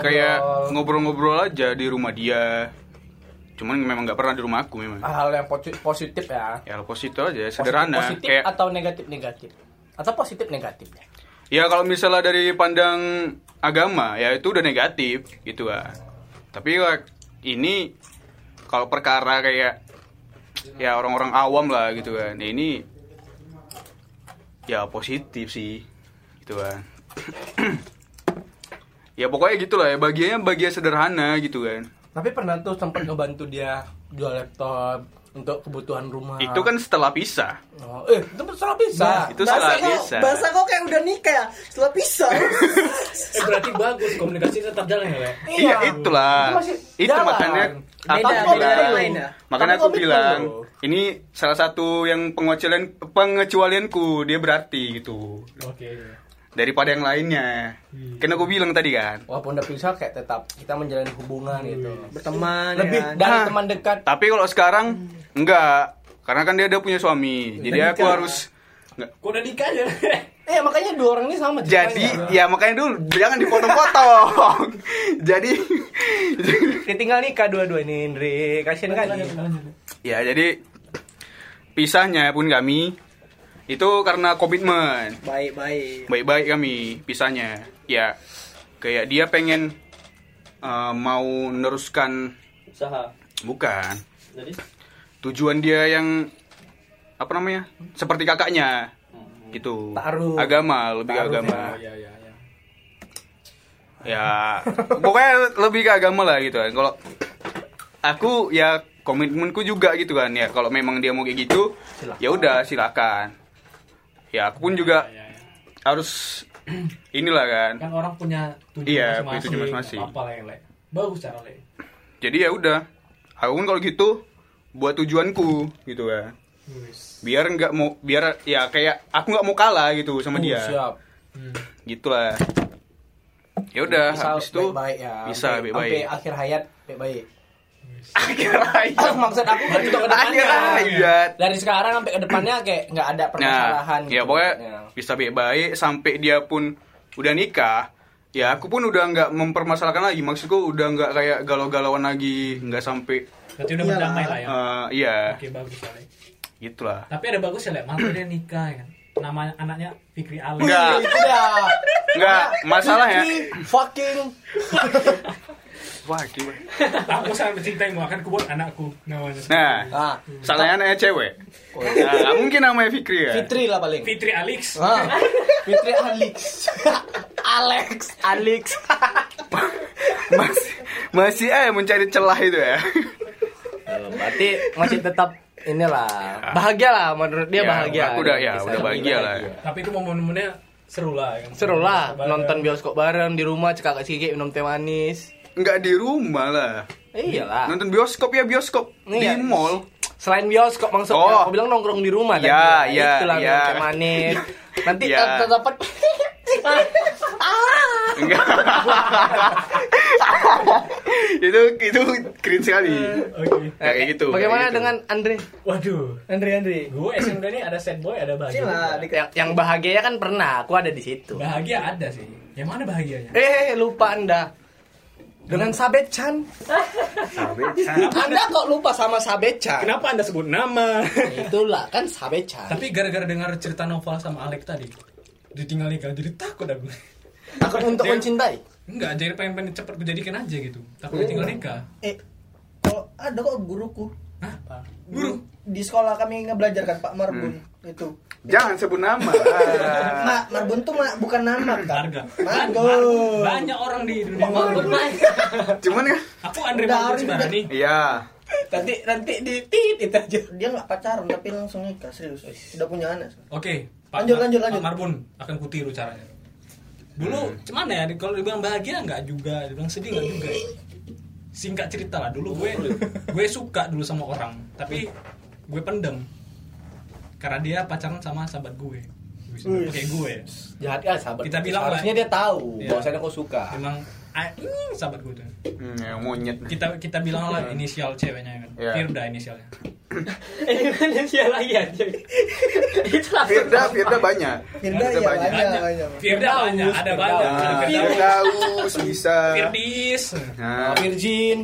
Speaker 3: kayak ngobrol-ngobrol aja di rumah dia. Cuman memang nggak pernah di rumah aku memang.
Speaker 8: hal yang posi- positif ya
Speaker 3: Ya positif aja, sederhana.
Speaker 8: positif
Speaker 3: kayak
Speaker 8: atau negatif negatif atau positif negatif ya
Speaker 3: Ya kalau misalnya dari pandang agama ya itu udah negatif gitu lah. Tapi lah, ini kalau perkara kayak ya orang-orang awam lah gitu kan. Ya, ini ya positif sih gitu kan. *clears throat* ya pokoknya gitulah ya bagiannya bagian sederhana gitu kan.
Speaker 8: tapi pernah tuh sempat ngebantu dia jual laptop untuk kebutuhan
Speaker 9: Ah.
Speaker 8: rumah
Speaker 3: Itu kan setelah pisah.
Speaker 8: Oh, eh itu salah bisa
Speaker 3: Itu salah
Speaker 9: kok,
Speaker 3: pisah.
Speaker 9: Nah, bahasa kok kayak udah nikah ya? Setelah
Speaker 3: *laughs*
Speaker 9: pisah.
Speaker 6: Eh, berarti bagus komunikasi tetap jalan ya, Le?
Speaker 3: Iya itulah.
Speaker 9: Itu masih
Speaker 3: Itu
Speaker 9: jalan.
Speaker 3: makanya aku
Speaker 9: Beda, beda
Speaker 3: bilang,
Speaker 9: dari lain ya.
Speaker 3: makanya
Speaker 9: Tapi
Speaker 3: aku
Speaker 9: komitmen
Speaker 3: bilang
Speaker 9: loh.
Speaker 3: ini salah satu yang pengecualian pengecualianku dia berarti gitu
Speaker 6: Oke.
Speaker 3: daripada yang lainnya.
Speaker 9: Hmm.
Speaker 3: Karena aku bilang tadi kan.
Speaker 8: walaupun udah pisah kayak tetap kita menjalin hubungan
Speaker 6: Hmm.
Speaker 8: gitu
Speaker 9: berteman
Speaker 8: lebih
Speaker 9: ya kan?
Speaker 8: dari
Speaker 3: Nah,
Speaker 8: teman dekat
Speaker 3: Tapi kalau sekarang enggak, karena kan dia udah punya suami. Jadi aku harus
Speaker 6: Kok udah nikah aja?
Speaker 8: *laughs* eh makanya dua orang ini sama
Speaker 3: jadi ya makanya dulu jangan dipotong-potong. *laughs* jadi
Speaker 8: ditinggal nikah dua-dua ini Indri kasian kan
Speaker 3: ya jadi pisahnya pun kami itu karena komitmen.
Speaker 9: Baik-baik.
Speaker 3: baik-baik kami pisahnya ya kayak dia pengen eh, mau meneruskan
Speaker 6: Usaha.
Speaker 3: bukan
Speaker 6: Jadi
Speaker 3: tujuan dia yang apa namanya seperti kakaknya gitu
Speaker 8: Ta'aruf.
Speaker 3: agama lebih ke
Speaker 8: Ta'aruf,
Speaker 3: agama
Speaker 6: ya ya ya.
Speaker 3: ya pokoknya lebih ke agama lah gitu kan kalau aku ya komitmenku juga gitu kan ya kalau memang dia mau kayak gitu ya udah silakan ya aku pun juga harus *clears throat* inilah kan
Speaker 6: iya, Kan orang punya tujuan
Speaker 3: Iya, punya
Speaker 6: masing-masing.
Speaker 3: tujuan masing-masing.
Speaker 6: Apa lah yang Le? Bagus cara Le.
Speaker 3: jadi ya udah aku pun kalau gitu buat tujuanku gitu kan biar nggak mau biar ya kayak aku nggak mau kalah gitu sama dia
Speaker 8: Oh, Uh, siap
Speaker 6: Hmm.
Speaker 3: gitulah ya udah
Speaker 8: Bisa
Speaker 3: habis itu
Speaker 8: baik-baik ya
Speaker 3: bisa
Speaker 8: Sampai- sampai
Speaker 3: baik-baik *laughs*
Speaker 8: akhir hayat baik-baik
Speaker 3: akhir hayat
Speaker 8: maksud aku kan
Speaker 3: *laughs*
Speaker 8: untuk
Speaker 3: akhir
Speaker 8: kedepannya
Speaker 3: hayat
Speaker 8: dari sekarang sampai kedepannya kayak nggak ada permasalahan
Speaker 3: iya.
Speaker 8: gitu.
Speaker 3: nah ya pokoknya bisa baik-baik sampai dia pun udah nikah ya aku pun udah nggak mempermasalahkan lagi maksudku udah nggak kayak galau-galauan lagi nggak sampai
Speaker 6: Berarti udah berdamai lah ya.
Speaker 3: eh, iya
Speaker 6: Oke, bagus lah, Le.
Speaker 3: gitulah
Speaker 6: Tapi ada bagus ya, Le. Mantu dia nikah ya kan. Namanya anaknya Fikri Ali.
Speaker 3: enggak
Speaker 8: Iya, tidak
Speaker 3: enggak ya. masalahnya *laughs*
Speaker 8: fucking
Speaker 3: wah gila
Speaker 6: Aku sangat mencintaimu akan kubuat anakku namanya.
Speaker 3: Nah,
Speaker 8: ah Oh, iya.
Speaker 3: salahnya anaknya cewek. Nah, nggak mungkin namanya Fikri ya.
Speaker 8: Fitri lah paling
Speaker 6: Fitri Alex.
Speaker 8: ah. Fitri Alex *laughs* Alex Alex
Speaker 3: Masih masih aja mencari celah itu ya.
Speaker 8: berarti masih tetap inilah bahagia lah menurut dia
Speaker 3: Ya,
Speaker 8: bahagia
Speaker 3: aku udah ya,
Speaker 8: Bisa
Speaker 3: udah bahagia lah.
Speaker 6: Tapi itu momen-momennya seru lah. ya kan.
Speaker 8: seru lah
Speaker 6: Bareng.
Speaker 8: nonton bioskop bareng di rumah cekak cekik minum teh manis
Speaker 3: Enggak di rumah lah.
Speaker 8: Eh, iyalah
Speaker 3: Nonton bioskop ya bioskop
Speaker 8: Iya.
Speaker 3: di mall.
Speaker 8: Selain bioskop maksudnya
Speaker 3: Oh.
Speaker 8: aku bilang nongkrong di rumah
Speaker 3: Ya,
Speaker 8: tadi.
Speaker 3: ya,
Speaker 8: Itulah
Speaker 3: ya.
Speaker 8: minum teh *laughs* manis. Nanti
Speaker 3: Ya.
Speaker 8: ter- terdapat
Speaker 3: Enggak. *laughs* itu itu keren sekali.
Speaker 6: Oke.
Speaker 3: Ya, kayak gitu.
Speaker 8: Eh, Bagaimana
Speaker 3: kayak gitu.
Speaker 8: dengan Andre?
Speaker 6: Waduh.
Speaker 9: Andre Andre.
Speaker 6: Gue SMK ini ada sad boy, ada bahagia.
Speaker 9: Sila,
Speaker 6: juga.
Speaker 9: di-
Speaker 8: Yang, yang bahagia kan pernah, aku ada di situ.
Speaker 6: Bahagia ada sih. Yang mana bahagianya?
Speaker 8: Eh, lupa Anda. Dengan Sabechan. Anda kok lupa sama
Speaker 3: Nah.
Speaker 8: Sabechan?
Speaker 6: Kenapa anda sebut nama?
Speaker 3: Iya.
Speaker 8: Itulah kan Sabechan.
Speaker 6: Tapi gara-gara dengar cerita novel sama Alex tadi, ditinggal nikah jadi takut aku.
Speaker 8: Takut untuk
Speaker 6: Dia-
Speaker 8: mencintai.
Speaker 6: Enggak, jadi pengen pengen cepet kejadikan aja gitu. Takut ditinggal nikah.
Speaker 9: Eh, kalau ada kok guruku
Speaker 6: Hah?
Speaker 12: Hmm.
Speaker 6: Guru.
Speaker 9: di sekolah kami ngebelajarkan Pak Marbun
Speaker 3: Hmm.
Speaker 9: itu.
Speaker 3: Jangan sebut
Speaker 8: *laughs*
Speaker 3: nama.
Speaker 6: *laughs*
Speaker 8: Nah,
Speaker 9: Mak Marbun tuh mak bukan nama kan.
Speaker 6: Harga.
Speaker 9: Marbun.
Speaker 6: Banyak orang di dunia.
Speaker 3: Cuman kan
Speaker 6: Aku Andre
Speaker 9: Udah,
Speaker 6: Marcus
Speaker 9: Arif,
Speaker 6: Barani.
Speaker 3: Iya.
Speaker 8: Nanti nanti di tit itu aja.
Speaker 9: Dia nggak pacaran tapi langsung nikah serius. Udah punya anak.
Speaker 6: Oke,
Speaker 9: Lanjut,
Speaker 6: Mar-
Speaker 9: lanjut, lanjut.
Speaker 6: Pak Marbun akan kutiru caranya. Dulu cuman ya, di- kalau dibilang bahagia nggak juga, dibilang sedih nggak juga. singkat cerita lah dulu gue gue suka dulu sama orang tapi gue pendem karena dia pacaran sama sahabat gue
Speaker 12: Wih.
Speaker 6: pakai gue
Speaker 12: Jahat kan sahabat.
Speaker 6: Kita bilang lah.
Speaker 12: Harusnya dia tahu.
Speaker 6: Iya.
Speaker 12: Bahwasannya kau suka.
Speaker 6: memang ah, ini sahabat gue tuh
Speaker 3: yang monyet.
Speaker 6: kita kita bilang lah inisial ceweknya kan
Speaker 3: Iya.
Speaker 6: Firda inisialnya
Speaker 12: Eh, kan dia lagi aja.
Speaker 3: Firda, Firda banyak.
Speaker 9: Firda ya banyak, banyak.
Speaker 6: Firda banyak ada banyak ada
Speaker 3: Nah,
Speaker 6: Firda
Speaker 3: Firdaus bisa.
Speaker 6: Firdis
Speaker 3: Nah,
Speaker 12: Virgin.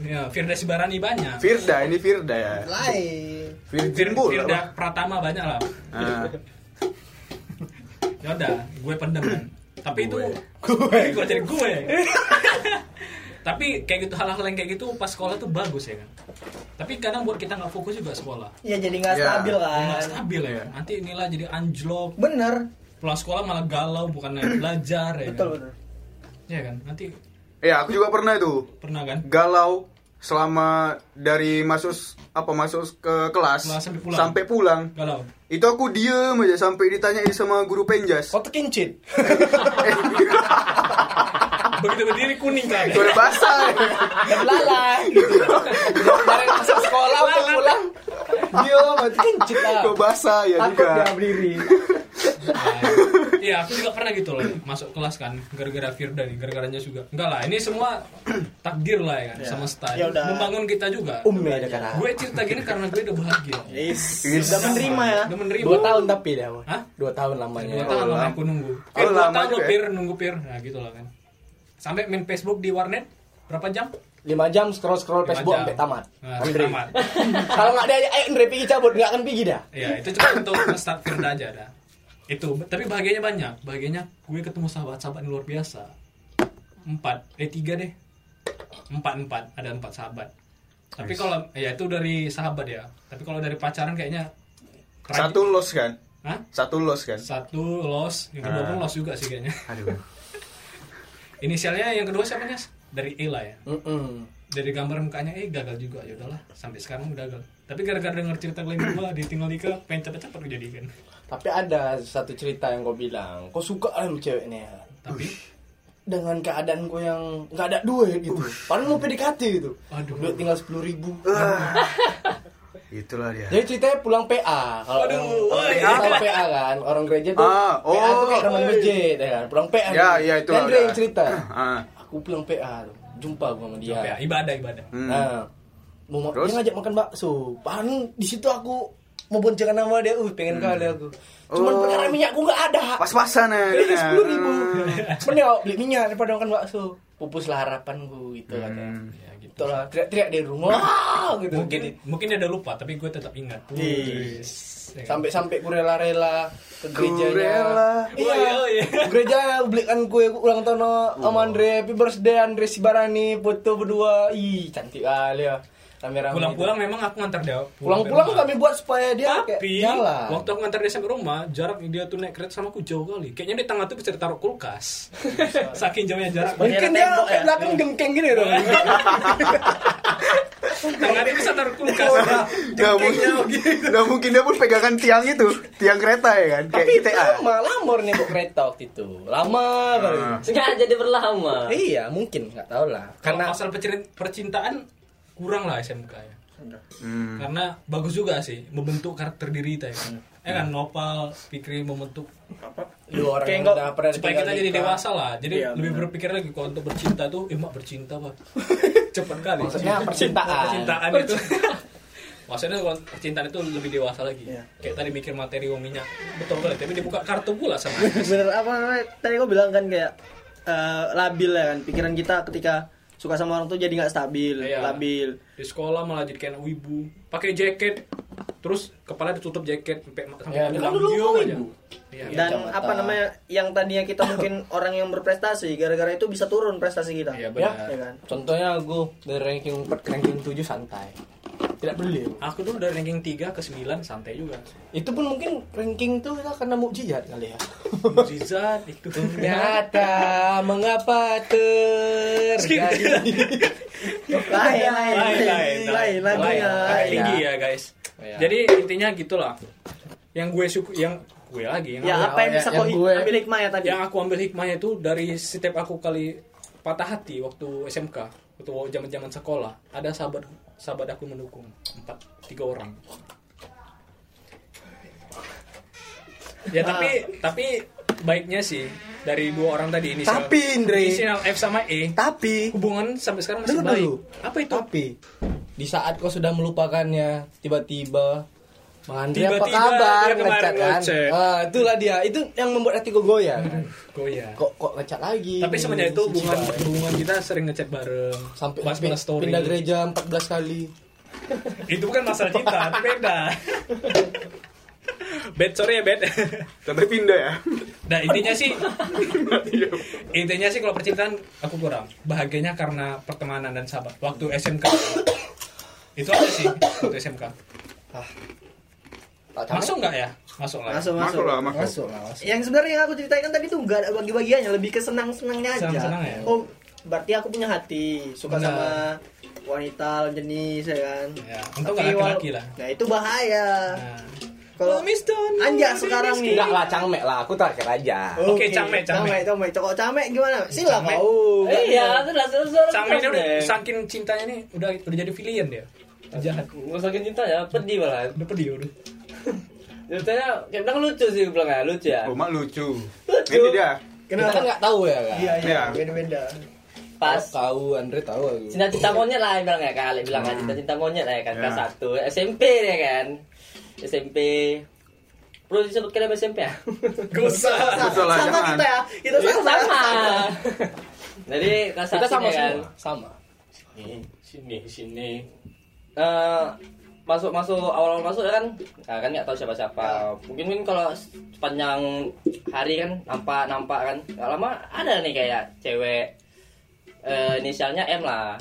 Speaker 6: ya Firda Sibarani banyak
Speaker 3: Firda ini Firda ya.
Speaker 9: Lain.
Speaker 3: Virgin
Speaker 6: Fir-
Speaker 3: Bull. apa?
Speaker 6: Firda Pratama banyak lah
Speaker 3: Nah,
Speaker 6: ya udah gue pendem kan tapi itu
Speaker 3: Gue.
Speaker 6: gue gue jadi gue *laughs* tapi kayak gitu hal-hal yang kayak gitu pas sekolah tuh bagus ya kan tapi kadang buat kita nggak fokus juga sekolah
Speaker 9: Ya jadi nggak
Speaker 3: Ya.
Speaker 9: stabil
Speaker 6: nggak
Speaker 9: kan.
Speaker 6: stabil ya kan? nanti inilah jadi anjlok
Speaker 9: Bener.
Speaker 6: pulang sekolah malah galau bukan belajar ya
Speaker 9: Betul
Speaker 6: kan?
Speaker 9: bener.
Speaker 6: ya kan nanti
Speaker 3: ya aku juga pernah itu
Speaker 6: pernah kan
Speaker 3: galau selama dari masuk apa masuk ke kelas
Speaker 6: Kelas sampai pulang.
Speaker 3: pulang.
Speaker 6: galau
Speaker 3: Itu aku diem aja sampai ditanyain sama guru penjas.
Speaker 12: Kau terkincit.
Speaker 6: begitu berdiri kuning kan
Speaker 3: Itu udah basah.
Speaker 12: Dan lalai. Gitu. Kemarin masuk sekolah waktu pulang. Dia mati kincit lah.
Speaker 3: Kok Iya, basah ya
Speaker 12: Takut
Speaker 3: juga.
Speaker 12: dia berdiri.
Speaker 6: Iya, aku juga pernah gitu loh masuk kelas kan gara-gara Firda nih, gara-garanya juga. Enggak lah, ini semua takdir lah ya kan, semesta.
Speaker 9: Ya udah.
Speaker 6: Membangun kita juga.
Speaker 12: Umi ada kan.
Speaker 6: Gue cerita gini karena gue udah bahagia.
Speaker 12: Is.
Speaker 3: Is.
Speaker 12: Udah menerima ya.
Speaker 6: Udah menerima.
Speaker 12: Dua tahun Iya, tapi dia. Bang.
Speaker 6: Hah?
Speaker 12: Dua tahun
Speaker 6: Dua
Speaker 12: lamanya.
Speaker 6: tahun
Speaker 3: Oh,
Speaker 6: lah
Speaker 3: lama.
Speaker 6: aku nunggu.
Speaker 3: Oh,
Speaker 6: Eh, dua
Speaker 3: lama
Speaker 6: tahun lo
Speaker 3: juga ya.
Speaker 6: pir, nunggu pir. Nah, gitu lah kan. Sampai main Facebook di warnet berapa jam?
Speaker 12: Lima jam scroll scroll
Speaker 6: Lima
Speaker 12: Facebook
Speaker 6: jam.
Speaker 12: sampai tamat.
Speaker 6: Nah,
Speaker 12: Andre.
Speaker 6: tamat.
Speaker 12: *laughs* Kalau nggak ada ayo Andre pergi cabut nggak akan pergi dah.
Speaker 6: Iya, itu cuma untuk start Firda aja dah. Itu, tapi bahagianya banyak. Bahagianya gue ketemu sahabat-sahabat yang luar biasa. Empat, eh tiga deh. Empat empat, ada empat sahabat. Tapi kalau ya itu dari sahabat ya. Tapi kalau dari pacaran kayaknya tragis.
Speaker 3: Satu los kan?
Speaker 6: Hah?
Speaker 3: Satu los kan?
Speaker 6: Satu los, yang kedua
Speaker 3: Ah.
Speaker 6: pun los juga sih kayaknya.
Speaker 3: Aduh.
Speaker 6: *laughs* Inisialnya yang kedua siapa Nyas? Dari E lah ya.
Speaker 12: Mm-mm.
Speaker 6: Dari gambar mukanya eh gagal juga ya udahlah. Sampai sekarang udah gagal. Tapi gara-gara denger cerita kalian berdua ditinggal nikah, pengen cepet-cepet kejadian.
Speaker 12: Tapi ada satu cerita yang kau bilang, kau suka kan sama cewek ini ya?
Speaker 6: Tapi
Speaker 12: dengan keadaan gue yang nggak ada duit gitu. Padahal mau PDKT gitu.
Speaker 6: Aduh.
Speaker 12: Duit tinggal sepuluh ribu.
Speaker 3: Ah. Itulah dia.
Speaker 12: Jadi ceritanya pulang PA. Kalau
Speaker 6: Aduh,
Speaker 12: orang,
Speaker 6: woi.
Speaker 12: orang PA, tahu PA kan, orang gereja tuh
Speaker 3: Ah,
Speaker 12: PA tuh
Speaker 3: oh.
Speaker 12: kayak teman masjid ya kan. Pulang PA.
Speaker 3: Ya,
Speaker 12: gitu.
Speaker 3: ya, itu
Speaker 12: Dan
Speaker 3: lah,
Speaker 12: Andre
Speaker 3: udah.
Speaker 12: yang cerita.
Speaker 3: Ah.
Speaker 12: Aku pulang PA tuh. Jumpa gue sama dia.
Speaker 6: ya ibadah ibadah.
Speaker 3: Hmm.
Speaker 12: Nah, mau ma-
Speaker 3: Terus?
Speaker 12: dia ngajak makan bakso. Pan di situ aku mau boncengan sama dia, uh pengen kali aku. Cuman
Speaker 3: Hmm. Oh.
Speaker 12: perkara minyak aku nggak ada.
Speaker 3: Pas-pasan ya.
Speaker 12: Beli sepuluh
Speaker 3: *laughs*
Speaker 12: ribu.
Speaker 3: Hmm.
Speaker 12: Mending awak beli minyak daripada makan bakso. Pupuslah harapanku gitu lah. kan.
Speaker 3: Hmm.
Speaker 12: Ya, gitu lah. Teriak-teriak di rumah. "Wah!" gitu.
Speaker 6: mungkin
Speaker 12: Jadi
Speaker 6: mungkin dia udah lupa tapi gue tetap ingat
Speaker 12: Yes.
Speaker 6: Ya kan?
Speaker 12: sampai-sampai ku rela-rela ke gerejanya.
Speaker 3: rela.
Speaker 12: Iya.
Speaker 6: Iya, iya.
Speaker 12: Gereja belikan kue ulang tahun
Speaker 3: Oh.
Speaker 12: sama Andre, happy birthday Andre Sibarani, foto berdua. Ih, cantik kali ya. Rame-rame.
Speaker 6: pulang-pulang memang aku ngantar dia
Speaker 12: gitu. Pulang-pulang
Speaker 6: ke rumah.
Speaker 12: kami buat supaya dia kayak
Speaker 6: tapi
Speaker 12: jalan.
Speaker 6: waktu aku ngantar dia sampai rumah jarak dia tuh naik kereta sama aku jauh kali kayaknya di tengah tuh bisa ditaruh
Speaker 12: *laughs*
Speaker 6: kulkas saking jauhnya jarak
Speaker 12: Mungkin dia
Speaker 9: Tembok ya.
Speaker 12: kayak belakang gengkeng gini dong.
Speaker 6: tengah dia bisa taruh kulkas
Speaker 3: Gak mungkin,
Speaker 12: *laughs* gitu.
Speaker 3: gak mungkin dia pun pegangan tiang itu, tiang kereta ya kan, kayak
Speaker 12: Tapi itu
Speaker 3: GTA.
Speaker 12: lama, lama orang nembok kereta waktu itu. Lama kali.
Speaker 3: Ah.
Speaker 10: Sengaja dia berlama.
Speaker 12: Iya, mungkin nggak tahu lah.
Speaker 6: karena
Speaker 12: Karena
Speaker 6: asal percintaan kurang lah SMK ya
Speaker 3: Hmm.
Speaker 6: karena bagus juga sih membentuk karakter diri kita ya kan ya kan Nopal Fikri membentuk
Speaker 12: lu orang
Speaker 9: Kayak
Speaker 12: yang
Speaker 9: nggak-
Speaker 12: udah pernah
Speaker 6: supaya
Speaker 12: ditinggal
Speaker 6: kita jadi
Speaker 12: nikah.
Speaker 6: dewasa lah jadi
Speaker 9: Iya,
Speaker 6: lebih berpikir lagi kalau untuk bercinta tuh eh mak bercinta pak cepat kali
Speaker 12: Maksudnya percintaan.
Speaker 6: percintaan itu *laughs* maksudnya kalau percintaan itu lebih dewasa lagi kayak tadi mikir materi uang minyak betul kali tapi dibuka kartu pula sama
Speaker 9: Bener apa namanya? Tadi gue bilang kan kayak eh, labil ya kan. Pikiran kita ketika suka sama orang tuh jadi nggak stabil,
Speaker 6: Iya.
Speaker 9: labil.
Speaker 6: di sekolah malah jadi kayak anak wibu pakai jaket terus kepala ditutup jaket sampai sampai
Speaker 12: Ya, kan dulu
Speaker 6: diem
Speaker 12: gua
Speaker 6: aja.
Speaker 12: wibu.
Speaker 6: Iya.
Speaker 9: Dan
Speaker 12: kacamata.
Speaker 9: apa namanya? Yang tadinya kita *coughs* mungkin orang yang berprestasi, gara-gara itu bisa turun prestasi kita.
Speaker 6: Iya,
Speaker 12: Ya,
Speaker 6: benar.
Speaker 9: Iya kan?
Speaker 12: contohnya gue dari ranking 4 ke ranking 7 santai. Tidak peduli.
Speaker 6: aku dulu dari ranking 3 ke 9 santai juga
Speaker 12: Itu pun mungkin ranking tuh kita karena mukjizat kali ya.
Speaker 6: mukjizat itu Ya.
Speaker 12: Ternyata mengapa terjadi. Oh,
Speaker 9: Lain, lain,
Speaker 6: lain
Speaker 9: lain, lain, lagunya.
Speaker 6: Agak
Speaker 12: lain.
Speaker 6: tinggi ya guys
Speaker 12: Iya.
Speaker 6: jadi intinya gitulah yang gue suku yang gue lagi yang
Speaker 9: Ya
Speaker 12: Oh,
Speaker 9: apa yang
Speaker 12: ya,
Speaker 9: bisa
Speaker 12: yang
Speaker 9: kau hi-
Speaker 12: gue-
Speaker 9: ambil hikmah ya tadi?
Speaker 6: yang aku ambil hikmahnya itu dari setiap aku kali patah hati waktu SMK waktu zaman zaman sekolah ada sahabat sahabat aku mendukung empat tiga orang
Speaker 8: Ah.
Speaker 6: ya tapi tapi baiknya sih dari dua orang tadi ini
Speaker 8: Tapi, Indri.
Speaker 6: inisial F sama E
Speaker 8: tapi
Speaker 6: hubungan sampai sekarang masih
Speaker 8: Dulu
Speaker 6: baik
Speaker 8: dulu.
Speaker 6: apa itu
Speaker 8: Tapi di saat kau sudah melupakannya, tiba-tiba Bang Andri apa
Speaker 6: Tiba-tiba
Speaker 8: kabar?
Speaker 6: dia kemarin
Speaker 8: Ngechat kan?
Speaker 6: ngechat.
Speaker 8: Ah, itulah dia. Itu yang membuat hati gue goyah. kan?
Speaker 6: goya
Speaker 8: Kok kok ngecat lagi?
Speaker 6: Oh iya. tapi semenjak itu hubungan
Speaker 8: Cici banget.
Speaker 6: hubungan kita sering ngechat bareng
Speaker 8: sampai
Speaker 6: bahas
Speaker 8: pin-
Speaker 6: bahas story
Speaker 8: pindah gereja 14 kali.
Speaker 6: itu bukan masalah cinta tapi beda bed sorry ya bed
Speaker 3: Sampai pindah ya.
Speaker 6: nah intinya sih intinya sih kalau percintaan aku kurang bahagianya karena pertemanan dan sahabat waktu SMK itu ada sih waktu SMK
Speaker 8: Tak capek?
Speaker 6: masuk nggak ya masuk lah ya?
Speaker 9: Masuk, masuk.
Speaker 3: Masuk lah, masuk.
Speaker 8: lah, masuk.
Speaker 9: Yang sebenarnya yang aku ceritain kan tadi tuh nggak ada bagi-bagiannya, lebih ke senang-senangnya aja.
Speaker 6: Senang-senang ya?
Speaker 9: Oh, berarti aku punya hati, suka
Speaker 6: Benar.
Speaker 9: sama wanita lawan jenis ya kan.
Speaker 6: Ya, untung nggak
Speaker 9: Tapi wal-
Speaker 6: laki-laki lah
Speaker 9: Nah, itu bahaya.
Speaker 6: Nah.
Speaker 9: Kalau
Speaker 6: Miss Dawn,
Speaker 9: Anja
Speaker 6: Miss
Speaker 9: sekarang nih.
Speaker 12: Enggak lah cangmek lah, aku terakhir aja.
Speaker 6: Oke, camek, camek.
Speaker 9: Camek, camek. Cokok camek gimana? Sila
Speaker 6: Camek.
Speaker 9: kau.
Speaker 10: Iya, itu udah selesai.
Speaker 6: Sang ini udah saking cintanya nih udah udah jadi villain dia. Udah Jahat.
Speaker 10: Nggak saking cinta ya, pedih malah.
Speaker 6: Udah pedih udah.
Speaker 10: Ceritanya kayak bilang lucu sih, bilang ya lucu ya.
Speaker 3: Oh, mak lucu. Ini dia.
Speaker 8: Kita kan nggak tahu ya kan?
Speaker 9: Iya, iya.
Speaker 3: Iya.
Speaker 9: Beda-beda.
Speaker 10: Pas
Speaker 8: Tahu Andre tahu. aku.
Speaker 10: cinta cinta monyet lah bilang ya kali bilang kan cinta cinta monyet lah ya kan kelas
Speaker 3: Ya.
Speaker 10: satu SMP ya kan SMP perlu disebut kalian SMP ya
Speaker 6: Gak usah.
Speaker 3: Salah
Speaker 9: Sama
Speaker 3: jangan. Iya.
Speaker 9: kita ya. Kita
Speaker 10: Kita
Speaker 9: sama.
Speaker 10: sama jadi kelas satu
Speaker 8: Kita sama
Speaker 10: ya kan
Speaker 8: semua, sama.
Speaker 10: sini sini Eh, masuk masuk awal awal masuk ya kan nah, kan nggak tahu siapa siapa mungkin mungkin kalau sepanjang hari kan nampak nampak kan nggak lama ada nih kayak cewek eh, inisialnya M lah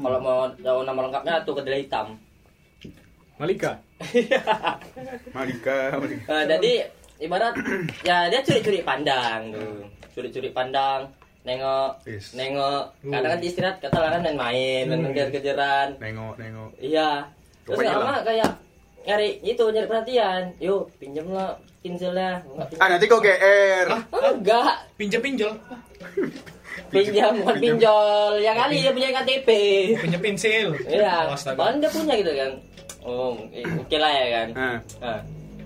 Speaker 10: kalau mau tahu nama lengkapnya tuh kedelai hitam
Speaker 6: Malika.
Speaker 3: Malika, Malika.
Speaker 10: Eh, jadi ibarat ya dia curi-curi pandang tuh. Curi-curi pandang, nengok,
Speaker 3: Yes.
Speaker 10: nengok. Kadang kan istirahat kata lah kan main-main, main kejar-kejaran.
Speaker 3: Nengok, nengok.
Speaker 10: Iya. Terus
Speaker 3: Rupanya
Speaker 10: lama kayak nyari itu nyari perhatian. Yuk, pinjem lah pinjelnya. Enggak
Speaker 3: Ah, nanti kau GR.
Speaker 10: Oh, enggak
Speaker 6: Pinjam pinjol.
Speaker 10: pinjam bukan pinjol ya kali dia punya KTP
Speaker 6: Pinjam pensil.
Speaker 10: iya
Speaker 6: Oh, astaga.
Speaker 10: bahkan dia punya gitu kan oh oke oke lah ya kan
Speaker 3: Nah.
Speaker 10: Nah,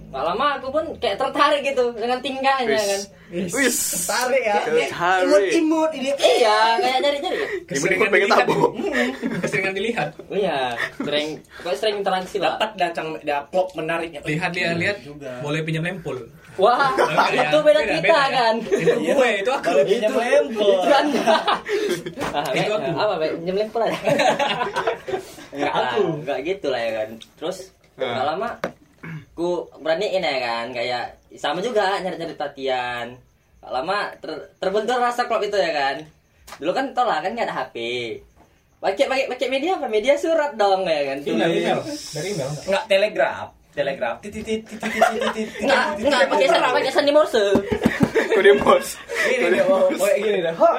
Speaker 10: nggak lama aku pun kayak tertarik gitu dengan tingkahnya kan
Speaker 3: Wis. Wis.
Speaker 9: Tarik ya.
Speaker 3: Tarik.
Speaker 9: Imut ini.
Speaker 10: Iya, kayak nyari-nyari.
Speaker 3: Imut kau Ya, pengen *laughs* tabok.
Speaker 6: *laughs* Keseringan dilihat.
Speaker 10: Iya, sering pokoknya sering interaksi lah.
Speaker 8: Dapat dah cangmek dah pop menariknya.
Speaker 6: Lihat lihat lihat. Boleh pinjam lempol.
Speaker 10: Wah,
Speaker 6: Beda ya,
Speaker 10: itu beda
Speaker 6: beda,
Speaker 10: kita
Speaker 6: beda ya.
Speaker 10: kan.
Speaker 6: *laughs* Itu gue, itu aku.
Speaker 8: *laughs* Itu lempol.
Speaker 10: Itu Anda. Ah,
Speaker 6: Itu
Speaker 10: baik,
Speaker 6: aku.
Speaker 10: Apa baik pinjam lempel
Speaker 12: *laughs*
Speaker 10: aja.
Speaker 12: Ya,
Speaker 10: Enggak lah, enggak gitu lah ya kan. Terus enggak lama ku beraniin ya kan kayak sama juga nyari-nyari perhatian. Enggak lama ter- terbentur rasa klop itu ya kan. Dulu kan tau lah kan nggak ada HP. Pakai pakai pakai media apa? Media surat dong ya kan.
Speaker 6: iya. Dari email.
Speaker 12: Enggak telegraf, telegraf. Titit titit titit titit. titit,
Speaker 10: Enggak,
Speaker 12: titit,
Speaker 10: enggak
Speaker 12: titit,
Speaker 10: pakai
Speaker 12: titit.
Speaker 10: sandi, pakai sandi morse.
Speaker 3: Kau dia bos. Kau
Speaker 12: Gini
Speaker 3: dia
Speaker 12: deh, oh,
Speaker 3: bos.
Speaker 6: iya,
Speaker 12: kayak gini deh. Hah,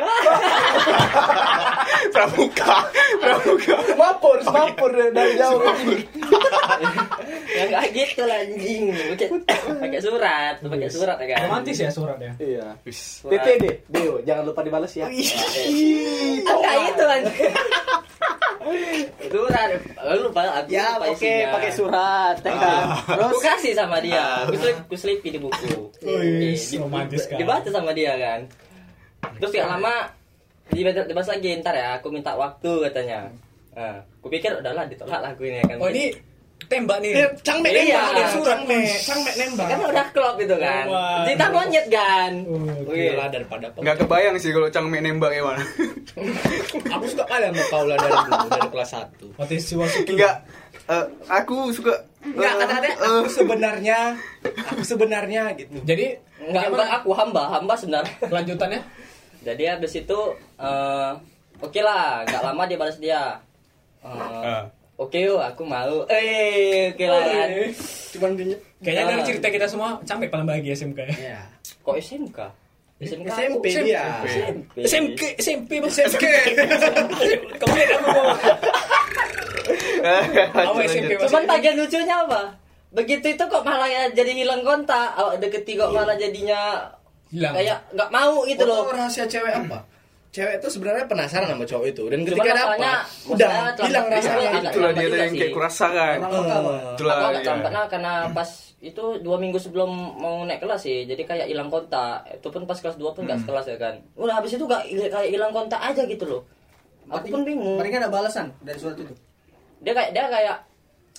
Speaker 3: Pramuka, pramuka.
Speaker 8: Mapur, mapur dari jauh.
Speaker 10: Ya enggak gitu lah anjing. Pakai pakai surat, pakai surat ya
Speaker 6: Eh,
Speaker 10: kan.
Speaker 11: romantis ya suratnya
Speaker 8: Iya.
Speaker 3: Wis.
Speaker 8: TTD, Deo, jangan lupa dibales ya.
Speaker 6: Iya.
Speaker 10: Enggak itu anjing. Surat, lalu lupa aku
Speaker 9: Ya,
Speaker 10: lupa
Speaker 9: oke,
Speaker 10: isinya.
Speaker 9: pakai surat. ya kan? Terus
Speaker 10: Aku kasih sama
Speaker 6: Ah.
Speaker 10: dia, aku selip, aku selipi di buku.
Speaker 6: Wih,
Speaker 10: Oke, di-
Speaker 6: romantis kan.
Speaker 10: Dibaca sama dia kan. Terus gak lama dibaca dibaca lagi ntar ya, aku minta waktu katanya. Nah, aku pikir udahlah ditolak lah aku ini ya kan.
Speaker 6: Oh ini tembak nih.
Speaker 8: Cangmek
Speaker 10: Iya.
Speaker 8: nembak, ada surat cangmek, cangmek nembak.
Speaker 10: kan udah klop gitu kan.
Speaker 6: Wah. Oh,
Speaker 10: Cinta monyet kan.
Speaker 6: Oke lah daripada
Speaker 3: Nggak kebayang sih kalau cangmek nembak ya, kayak mana.
Speaker 8: Aku suka kali sama Paula dari dulu, dari kelas 1.
Speaker 6: Otis
Speaker 3: *laughs*
Speaker 6: Siwasuki.
Speaker 3: Enggak. Eh, aku suka. eh,
Speaker 8: Enggak,
Speaker 3: ya,
Speaker 8: kata-kata aku
Speaker 3: *laughs*
Speaker 8: sebenarnya, aku sebenarnya gitu.
Speaker 6: Jadi
Speaker 10: Enggak, enggak aku hamba, hamba sebenarnya.
Speaker 6: kelanjutannya
Speaker 10: Jadi habis itu eh oke lah, enggak lama dia balas dia.
Speaker 3: Ah.
Speaker 10: Eh, Oke yuk, aku mau. Eh, oke
Speaker 8: Oh,
Speaker 10: lah
Speaker 8: iya.
Speaker 10: kan.
Speaker 8: Cuman gini.
Speaker 6: kayaknya dari cerita kita semua sampai paling bahagia SMK ya.
Speaker 10: Kok SMK? SMK.
Speaker 8: SMP dia.
Speaker 10: SMP.
Speaker 6: SMK, SMP, Bang, SMK. Kamu lihat apa Bang? Awal SMP Bang.
Speaker 10: Cuman bagian lucunya apa? Begitu itu kok malah ya jadi hilang kontak.
Speaker 8: Iya.
Speaker 10: Awak deketi kok malah jadinya
Speaker 6: hilang.
Speaker 10: kayak nggak mau gitu loh.
Speaker 8: rahasia cewek apa? cewek tuh sebenarnya penasaran sama cowok itu dan
Speaker 10: Cuman
Speaker 8: ketika dapat
Speaker 10: masalahnya-
Speaker 8: udah
Speaker 10: masalahnya terlambat
Speaker 8: bilang
Speaker 10: juga,
Speaker 8: rasanya
Speaker 10: agak
Speaker 3: Iya, Itulah dia
Speaker 10: terlambat
Speaker 3: tadi
Speaker 10: juga
Speaker 3: yang
Speaker 10: sih.
Speaker 3: kayak kurasa kan. Itulah iya.
Speaker 10: aku agak
Speaker 3: dia.
Speaker 10: terlambat nah, karena pas itu dua minggu sebelum mau naik kelas sih jadi kayak hilang kontak itu pun pas kelas 2 pun nggak sekelas ya kan udah habis itu gak kayak hilang kontak aja gitu loh aku pun bingung
Speaker 9: Mereka ada balasan dari surat itu.
Speaker 10: dia kayak dia kayak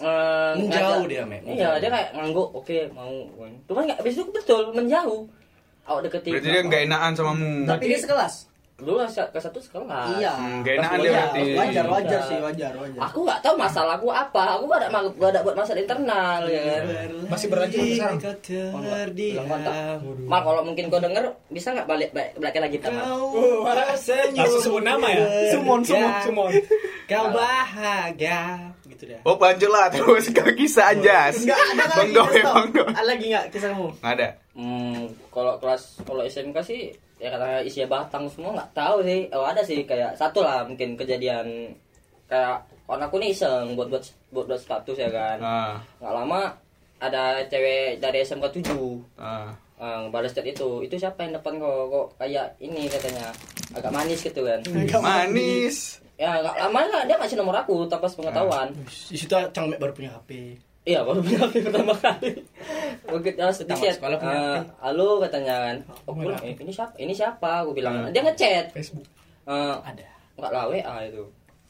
Speaker 10: eh,
Speaker 8: Menjauh
Speaker 10: ngajak-
Speaker 8: dia, Mek.
Speaker 10: iya dia kayak ngangguk oke mau kan. cuman nggak habis itu betul menjauh awak deketin
Speaker 3: Berarti dia nggak enakan sama mu.
Speaker 9: Tapi dia sekelas.
Speaker 10: dulu ke satu sekolah
Speaker 9: Iya.
Speaker 3: Nggak enakan dia
Speaker 9: Iya,
Speaker 3: berarti.
Speaker 9: Wajar, wajar sih, wajar, wajar.
Speaker 10: aku nggak tahu masalah aku apa aku gak ada gak ada buat masalah internal ya kan
Speaker 6: Iya.
Speaker 11: Masih berlanjut sampai
Speaker 8: Iya.
Speaker 11: sekarang.
Speaker 9: Oh,
Speaker 10: Bilang kontak. Mal kalau mungkin kau denger bisa nggak balik balik belakang lagi Tam? Mal?
Speaker 8: Iya.
Speaker 11: Langsung sebut nama ya. Sumon, sumon, sumon.
Speaker 8: kau bahagia gitu deh
Speaker 3: Oh lanjut lah terus *laughs* ke kisah anjas.
Speaker 9: Enggak ada lagi.
Speaker 3: Bang Doi,
Speaker 9: guys, tau.
Speaker 3: Bang Doi.
Speaker 9: Ada lagi enggak kisahmu?
Speaker 3: Nggak ada.
Speaker 10: Hmm, kalau kelas kalau SMK sih ya karena isinya batang semua nggak tahu sih. Oh ada sih kayak satu lah mungkin kejadian kayak kawan aku nih iseng buat buat buat, buat status ya kan.
Speaker 3: Ah,
Speaker 10: Nggak lama ada cewek dari SMK 7
Speaker 3: ah.
Speaker 10: eh, balas chat itu itu siapa yang depan kok kok kayak ini katanya agak manis gitu kan
Speaker 3: Manis.
Speaker 10: ya nggak lama lah dia ngasih nomor aku tanpa sepengetahuan
Speaker 8: Ah, di situ cangmek baru punya HP
Speaker 10: Iya baru punya HP pertama kali. *laughs* Mungkin harus di
Speaker 8: Tamat
Speaker 10: chat.
Speaker 8: sekolah punya
Speaker 10: Eh,
Speaker 8: HP.
Speaker 10: Halo katanya kan. Oh, gua bilang, "Eh, ini siapa? Ini siapa? Aku bilang. Dia ngechat.
Speaker 11: Facebook.
Speaker 10: Eh,
Speaker 8: Hmm. ada
Speaker 10: enggak lah WA itu.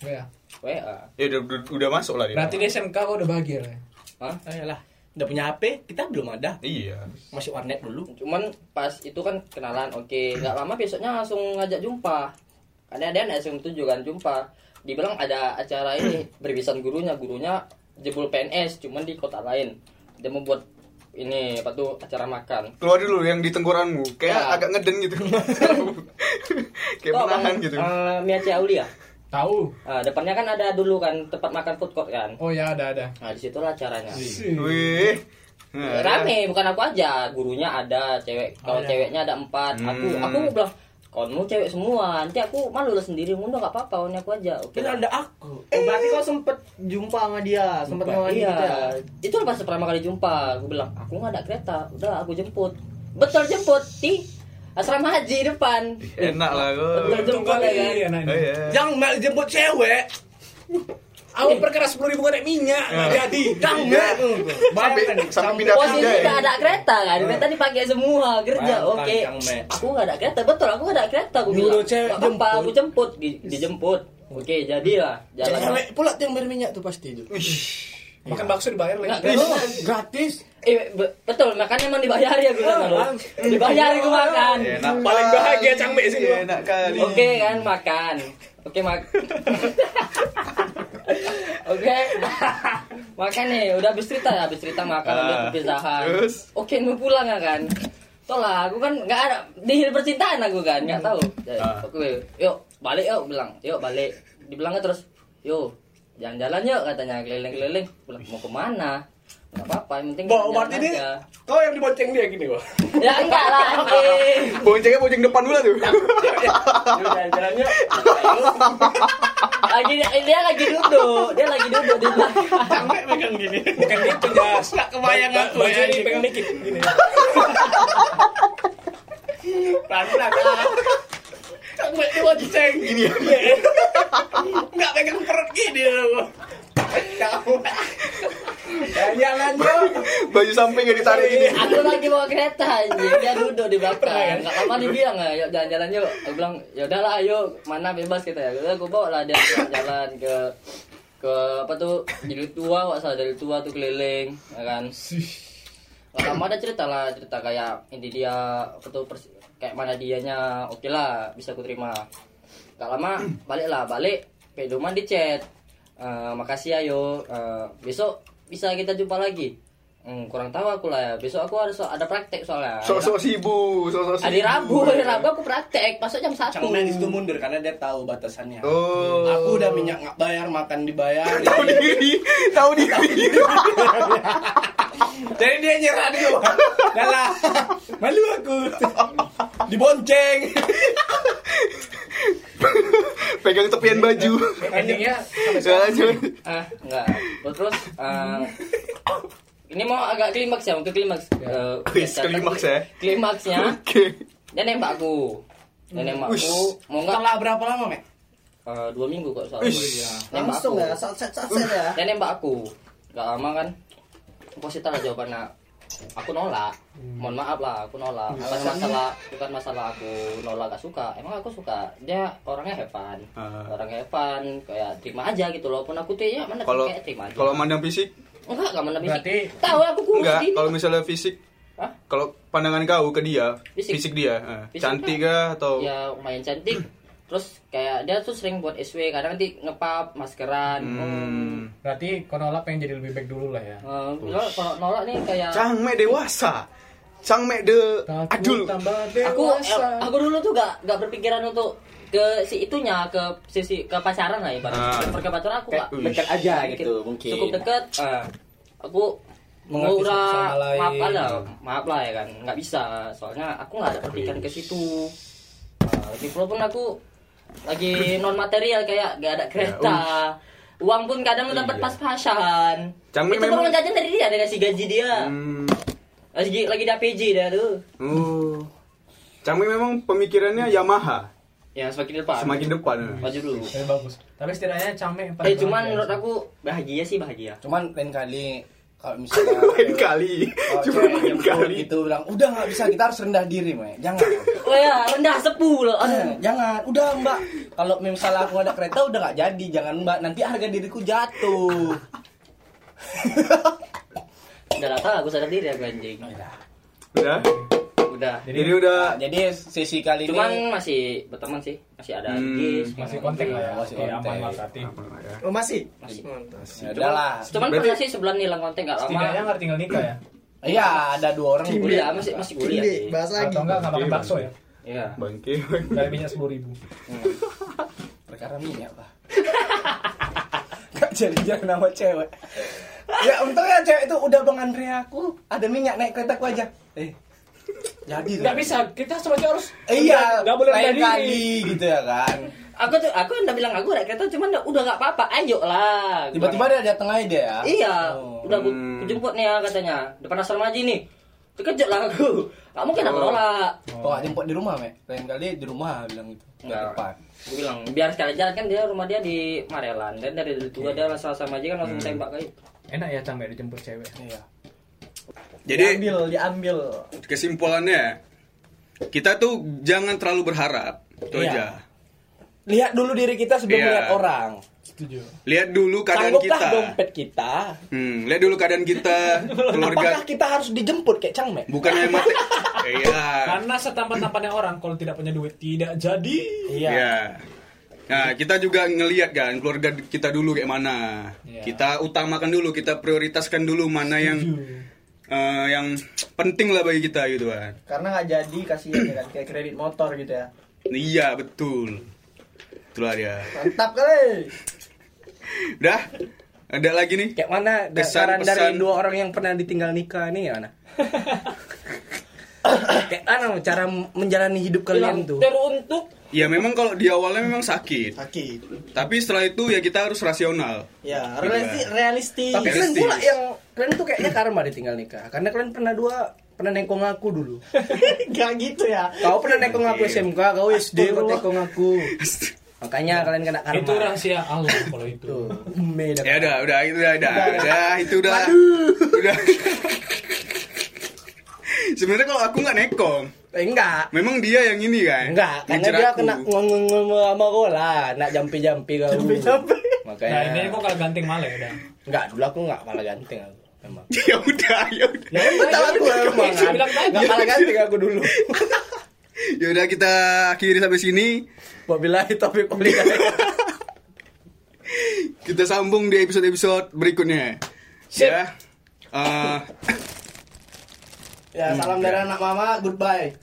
Speaker 11: Ya.
Speaker 10: WA.
Speaker 3: Ya udah, udah, udah masuk lah dia.
Speaker 11: Berarti di SMK kau udah bahagia lah.
Speaker 12: Ah,
Speaker 8: ayolah udah punya HP kita belum ada
Speaker 3: Iya.
Speaker 8: masih warnet dulu
Speaker 10: Cuman pas itu kan kenalan, oke. Enggak lama besoknya langsung ngajak jumpa. Ada ada SM 7 kan jumpa. Dibilang ada acara ini berbisan gurunya, gurunya jebol PNS cuman di kota lain. Dia membuat ini apa tuh acara makan.
Speaker 3: Keluar dulu yang di tengkoranmu. Kayak
Speaker 10: Ya.
Speaker 3: agak ngeden gitu. Kayak
Speaker 10: Tau,
Speaker 3: menahan
Speaker 10: Bang,
Speaker 3: gitu.
Speaker 10: eh, Miaci Aulia.
Speaker 11: Tahu.
Speaker 10: Ah, depannya kan ada dulu kan tempat makan food court kan.
Speaker 11: Oh ya ada ada.
Speaker 10: Nah, disitulah caranya.
Speaker 3: Iya.
Speaker 11: Sih.
Speaker 3: Wih. Nah,
Speaker 10: Rame, bukan aku aja, gurunya ada, cewek. Kalau ceweknya ada empat, aku
Speaker 3: Hmm.
Speaker 10: aku bilang, kamu cewek semua, nanti aku malu lah sendiri, udah nggak apa-apa, ini aku aja. Oke.
Speaker 8: kan ada aku
Speaker 9: Oh, berarti kau sempet jumpa sama dia, sempet ngomongin
Speaker 10: Iya,
Speaker 9: gitu ya.
Speaker 10: itu pas pertama kali jumpa, aku bilang, aku nggak ada kereta, udah aku jemput. Betul jemput di asrama haji depan.
Speaker 3: Enak lah kok.
Speaker 10: Betul jemput ya kan.
Speaker 11: Iya, nah,
Speaker 3: Oh,
Speaker 11: ini.
Speaker 3: iya.
Speaker 8: yang mau jemput cewek Aku
Speaker 11: Iya.
Speaker 8: perkeras sepuluh ribu naik minyak, nggak jadi. Cangmek.
Speaker 3: Iya. Sampai, sampai pindah ya.
Speaker 10: Posisi
Speaker 3: pindah.
Speaker 10: nggak ada kereta kan, kereta dipakai semua kerja,
Speaker 8: Mantan,
Speaker 10: oke.
Speaker 8: Kang Mek.
Speaker 10: Aku nggak ada kereta, betul aku nggak ada kereta, aku
Speaker 8: Nyuruh
Speaker 10: bilang.
Speaker 8: cewek
Speaker 10: "Nggak apa, aku jemput, Di- dijemput. Oke, jadilah jalan.
Speaker 8: Cewek pula tuh yang bayar minyak tuh pasti itu.
Speaker 11: Makan bakso dibayar
Speaker 10: Nggak,
Speaker 11: lagi.
Speaker 10: nggak,
Speaker 8: Oh,
Speaker 10: nggak.
Speaker 8: gratis.
Speaker 10: Eh, be- betul, makanya emang ya, dibayari aku sana loh.
Speaker 8: Oh, iya.
Speaker 10: Dibayari aku makan.
Speaker 3: Enak
Speaker 8: Paling
Speaker 3: kali.
Speaker 8: bahagia cangmek sih gua.
Speaker 3: Enak kali.
Speaker 10: Oke kan makan. Oke mak. *laughs* Oke. makan nih, udah habis cerita ya, habis cerita makan
Speaker 3: Ah,
Speaker 10: udah ke Pizza Hut.
Speaker 3: terus?
Speaker 10: Oke, mau pulang ya kan. Tolah, aku kan nggak ada di percintaan aku kan, nggak tahu. Jadi,
Speaker 3: Ah.
Speaker 10: Oke, yuk balik yuk bilang, yuk balik. Dibilangnya terus, yuk jalan-jalan yuk katanya keliling-keliling. Bilang mau kemana? Gak apa-apa, yang penting
Speaker 8: Bo,
Speaker 10: jalan-jalan
Speaker 8: berarti dia
Speaker 10: aja.
Speaker 8: kau yang dibonceng dia gini
Speaker 3: Iya.
Speaker 8: gua.
Speaker 10: Ya enggak lah, anjing.
Speaker 3: Boncengnya bonceng depan dulu tuh.
Speaker 8: Jalan-jalannya
Speaker 10: lagi dia lagi duduk dia lagi duduk di belakang
Speaker 8: pegang gini.
Speaker 11: Bukan gitu jas.
Speaker 8: Enggak kebayang aku
Speaker 11: Baju
Speaker 8: ya.
Speaker 11: ini pengen dikit. Gini.
Speaker 8: Pelan-pelan. ah. Cangmek dibonceng gini. Iya. Enggak pegang perut gini gua. Jalan yuk.
Speaker 3: *laughs* Baju samping nggak ditarik ini.
Speaker 10: aku lagi bawa kereta anjing dia duduk di belakang nggak lama dibilang ya yuk jalan-jalan yuk aku bilang ya udahlah ayo mana bebas kita ya udah aku bawa lah dia jalan ke ke apa tuh jadi tua nggak salah dari tua tuh keliling ya kan Nggak lama ada cerita lah cerita kayak ini dia apa tuh pers- kayak mana dianya oke lah bisa aku terima Gak lama *clears throat* balik lah balik pedoman di chat Eh, makasih ayo Eh, besok bisa kita jumpa lagi Hmm, kurang tahu aku lah ya besok aku harus ada praktek soalnya
Speaker 3: Sok-sok sibuk, sok-sok sibuk.
Speaker 10: hari Rabu hari Rabu aku praktek masuk jam satu
Speaker 8: Cangmek di situ mundur karena dia tahu batasannya.
Speaker 3: Oh.
Speaker 8: Aku udah minyak nggak bayar, makan dibayar.
Speaker 3: tahu diri, tahu diri.
Speaker 8: Jadi dia nyerah dulu. Dalah, malu aku. Dibonceng.
Speaker 3: Pegang tepian baju.
Speaker 11: Endingnya
Speaker 3: Lanjut.
Speaker 10: ah enggak terus eh, ini mau agak klimaks ya untuk klimaks Eh,
Speaker 3: Wis,
Speaker 10: catatan- Iya.
Speaker 3: klimaks ya.
Speaker 10: klimaksnya
Speaker 3: Oke.
Speaker 10: dia nembak aku nenek
Speaker 8: Hmm.
Speaker 10: makku
Speaker 8: Ush.
Speaker 10: mau nggak
Speaker 8: Setelah berapa lama, Mek?
Speaker 10: Eh, dua minggu kok soalnya
Speaker 8: Ush.
Speaker 10: Nenek mbak
Speaker 8: Langsung
Speaker 10: aku.
Speaker 8: ya, saset, saset ya.
Speaker 10: nenek mbak aku nggak lama kan aku sih tahu jawabannya aku nolak
Speaker 8: Hmm.
Speaker 10: mohon maaf lah aku nolak
Speaker 8: Ush.
Speaker 10: bukan masalah bukan masalah aku nolak gak suka emang aku suka dia orangnya hepan
Speaker 8: Ah.
Speaker 10: orangnya hepan kayak terima aja gitu loh pun aku tuh ya mana
Speaker 3: Kalau
Speaker 10: kayak terima aja
Speaker 3: kalau mandang fisik
Speaker 10: enggak enggak mana fisik
Speaker 3: Berarti-
Speaker 10: tahu aku kurus
Speaker 3: enggak,
Speaker 10: ini
Speaker 3: kalau misalnya fisik
Speaker 10: Hah?
Speaker 3: kalau pandangan kau ke dia,
Speaker 10: Fisik.
Speaker 3: fisik, dia, eh,
Speaker 10: Fisik kan?
Speaker 3: cantik kah atau
Speaker 10: ya lumayan cantik terus kayak dia tuh sering buat SW kadang nanti ngepap maskeran
Speaker 3: Hmm.
Speaker 11: Berarti kau nolak pengen jadi lebih baik dulu lah ya.
Speaker 10: Eh, kalau kalau nolak nih kayak
Speaker 3: Cangme dewasa. Cangme de adul.
Speaker 10: aku eh, aku dulu tuh gak gak berpikiran untuk ke si itunya ke sisi ke pacaran lah
Speaker 12: Ah.
Speaker 10: ibaratnya Ke ke pacaran aku
Speaker 12: Kayak
Speaker 10: gak
Speaker 12: deket aja gitu, mungkin. Ah.
Speaker 10: cukup deket eh, aku
Speaker 12: Mengerti satu
Speaker 10: mengurah
Speaker 12: sama lain.
Speaker 10: maaf lah maaf lah ya kan nggak bisa soalnya aku nggak ada berpikiran ke situ Eh, lagi pula pun aku lagi non material kayak gak
Speaker 3: Ya,
Speaker 10: ada kereta uang pun kadang dapat pas-pasan
Speaker 3: Cangmi
Speaker 10: itu
Speaker 3: Iya. memang- Hmm.
Speaker 10: memang jajan dari dia dari si gaji dia lagi lagi di APJ dia tuh
Speaker 3: Oh. Cangme memang pemikirannya Yamaha.
Speaker 10: Ya semakin depan.
Speaker 3: Semakin depan.
Speaker 10: Maju dulu.
Speaker 11: Tapi bagus. Tapi setidaknya cangme
Speaker 10: Eh cuman menurut aku bahagia sih bahagia.
Speaker 12: Cuman lain kali kalau misalnya
Speaker 10: Iya.
Speaker 3: lain kali
Speaker 10: Oh,
Speaker 12: cuma lain kali itu gitu, bilang udah nggak bisa kita harus rendah diri Mek. jangan
Speaker 10: oh ya rendah sepuh loh
Speaker 12: aduh jangan udah mbak kalau misalnya aku ada kereta udah nggak jadi jangan mbak nanti harga diriku
Speaker 9: *laughs*
Speaker 12: jatuh
Speaker 10: *laughs* Udah lah tahu aku sadar diri aku anjing.
Speaker 12: Nah,
Speaker 3: Udah.
Speaker 10: Udah.
Speaker 12: jadi, udah jadi sesi kali
Speaker 10: Cuman
Speaker 12: ini
Speaker 10: masih berteman sih. Masih ada
Speaker 12: Hmm,
Speaker 10: gis,
Speaker 12: masih kontak lah ya.
Speaker 10: Masih
Speaker 12: Oke, aman
Speaker 10: kontak.
Speaker 12: lah,
Speaker 9: Oh, masih?
Speaker 10: Masih.
Speaker 12: Ya udah lah.
Speaker 10: Cuman
Speaker 12: Berarti-
Speaker 10: pernah sih sebulan hilang kontak enggak lama.
Speaker 11: Setidaknya nggak tinggal nikah ya.
Speaker 12: iya ada dua orang
Speaker 10: Cimbe. Kuliah, masih- masih kuliah Cimbe, sih. bahas lagi.
Speaker 11: Atau enggak nggak makan bakso ya?
Speaker 10: Iya.
Speaker 3: Bangke.
Speaker 11: Dari minyak sepuluh ribu.
Speaker 12: perkara minyak pak gak jadi jangan nama cewek ya untungnya cewek itu udah bang Andrea aku ada minyak naik kereta aku aja eh jadi
Speaker 11: Nggak bisa. Kita sebagai harus.
Speaker 12: Eh, iya
Speaker 11: Nggak boleh
Speaker 12: lain
Speaker 11: rendah
Speaker 12: kali
Speaker 11: diri.
Speaker 12: gitu ya kan
Speaker 10: Aku tuh aku udah bilang aku udah kereta cuman udah- udah nggak apa-apa. Ayo lah.
Speaker 12: tiba-tiba ada datang aja dia ya
Speaker 10: Iya, udah aku
Speaker 3: Hmm.
Speaker 10: aku jemput nih ya katanya. Depan asrama aja nih. Terkejut lah aku. Gak mungkin aku
Speaker 12: Oh.
Speaker 10: nolak.
Speaker 12: Oh, nggak jemput di rumah, Mek. Lain kali di rumah bilang gitu. Enggak depan.
Speaker 10: Aku bilang biar sekali jalan kan dia rumah dia di Marelan dan dari dulu
Speaker 12: Iya.
Speaker 10: tua dia langsung sama aja kan langsung
Speaker 11: Hmm.
Speaker 10: tembak kayak
Speaker 11: Enak ya cangme dijemput cewek.
Speaker 12: Iya.
Speaker 3: Jadi
Speaker 9: diambil, diambil.
Speaker 3: Kesimpulannya kita tuh jangan terlalu berharap. Itu
Speaker 12: Iya.
Speaker 3: aja.
Speaker 12: Lihat dulu diri kita sebelum
Speaker 3: Iya.
Speaker 12: lihat orang.
Speaker 11: Setuju.
Speaker 3: Lihat dulu keadaan
Speaker 12: Sanggupkah
Speaker 3: kita.
Speaker 12: dompet kita?
Speaker 3: Hmm, lihat dulu keadaan
Speaker 12: *laughs*
Speaker 3: kita, keluarga
Speaker 12: Apakah kita harus dijemput kayak Cangme?
Speaker 3: bukan yang
Speaker 12: *laughs*
Speaker 3: mati. Iya.
Speaker 6: Kan?
Speaker 11: Karena setampan-tampannya orang kalau tidak punya duit tidak jadi.
Speaker 3: Iya. Nah, kita juga ngelihat kan keluarga kita dulu kayak mana. Kita utamakan dulu, kita prioritaskan dulu mana yang eh, yang penting lah bagi kita gitu kan.
Speaker 9: Karena nggak jadi kasihan ya kan kayak kredit motor gitu ya.
Speaker 3: Iya, betul. Itulah dia.
Speaker 9: Mantap kali.
Speaker 3: Udah? Ada lagi nih?
Speaker 12: Kayak mana Saran dari dua orang yang pernah ditinggal nikah ini *laughs* ya, mana? kayak mana cara menjalani hidup kalian tuh?
Speaker 10: Teruntuk.
Speaker 3: Ya memang kalau di awalnya memang sakit. Sakit. Tapi setelah itu ya kita harus rasional.
Speaker 9: Ya,
Speaker 12: realistis.
Speaker 9: *laughs* realistis.
Speaker 12: Tapi kalian
Speaker 3: Realistis.
Speaker 12: Iya. pula ya. yang kalian tuh kayaknya karma ditinggal nikah. Karena kalian pernah dua pernah nengkong aku dulu.
Speaker 9: Gak gitu ya.
Speaker 12: Kau pernah nengkong aku SMK, kau SD, kau nengkong aku. Makanya kalian kena karma.
Speaker 11: Itu rahasia Allah kalau itu.
Speaker 12: Beda.
Speaker 3: Ya udah, udah, itu udah, udah,
Speaker 12: Udah.
Speaker 3: udah, itu udah. Udah. *laughs* Sebenarnya kalau aku nggak nekong,
Speaker 12: Eh, enggak.
Speaker 3: memang dia yang ini kan.
Speaker 12: Enggak, karena
Speaker 3: Ngincer
Speaker 12: dia
Speaker 3: aku.
Speaker 12: kena ngomong sama kau lah, nak jampi-jampi kau. Jampi-jampi. Makanya.
Speaker 11: Nah ini kok kalau ganting malah ya udah.
Speaker 12: Enggak, dulu aku enggak malah ganteng aku. Emang.
Speaker 3: *laughs* ya udah, ya udah.
Speaker 12: Ya, emang tahu aku emang.
Speaker 11: Dia bilang tadi.
Speaker 12: Enggak malah ganteng aku dulu.
Speaker 3: Ya udah kita akhiri sampai sini.
Speaker 12: Wabillahi taufiq wal hidayah.
Speaker 3: Kita sambung di episode-episode berikutnya. Ya. Eh,
Speaker 12: Ya, salam dari anak mama, goodbye.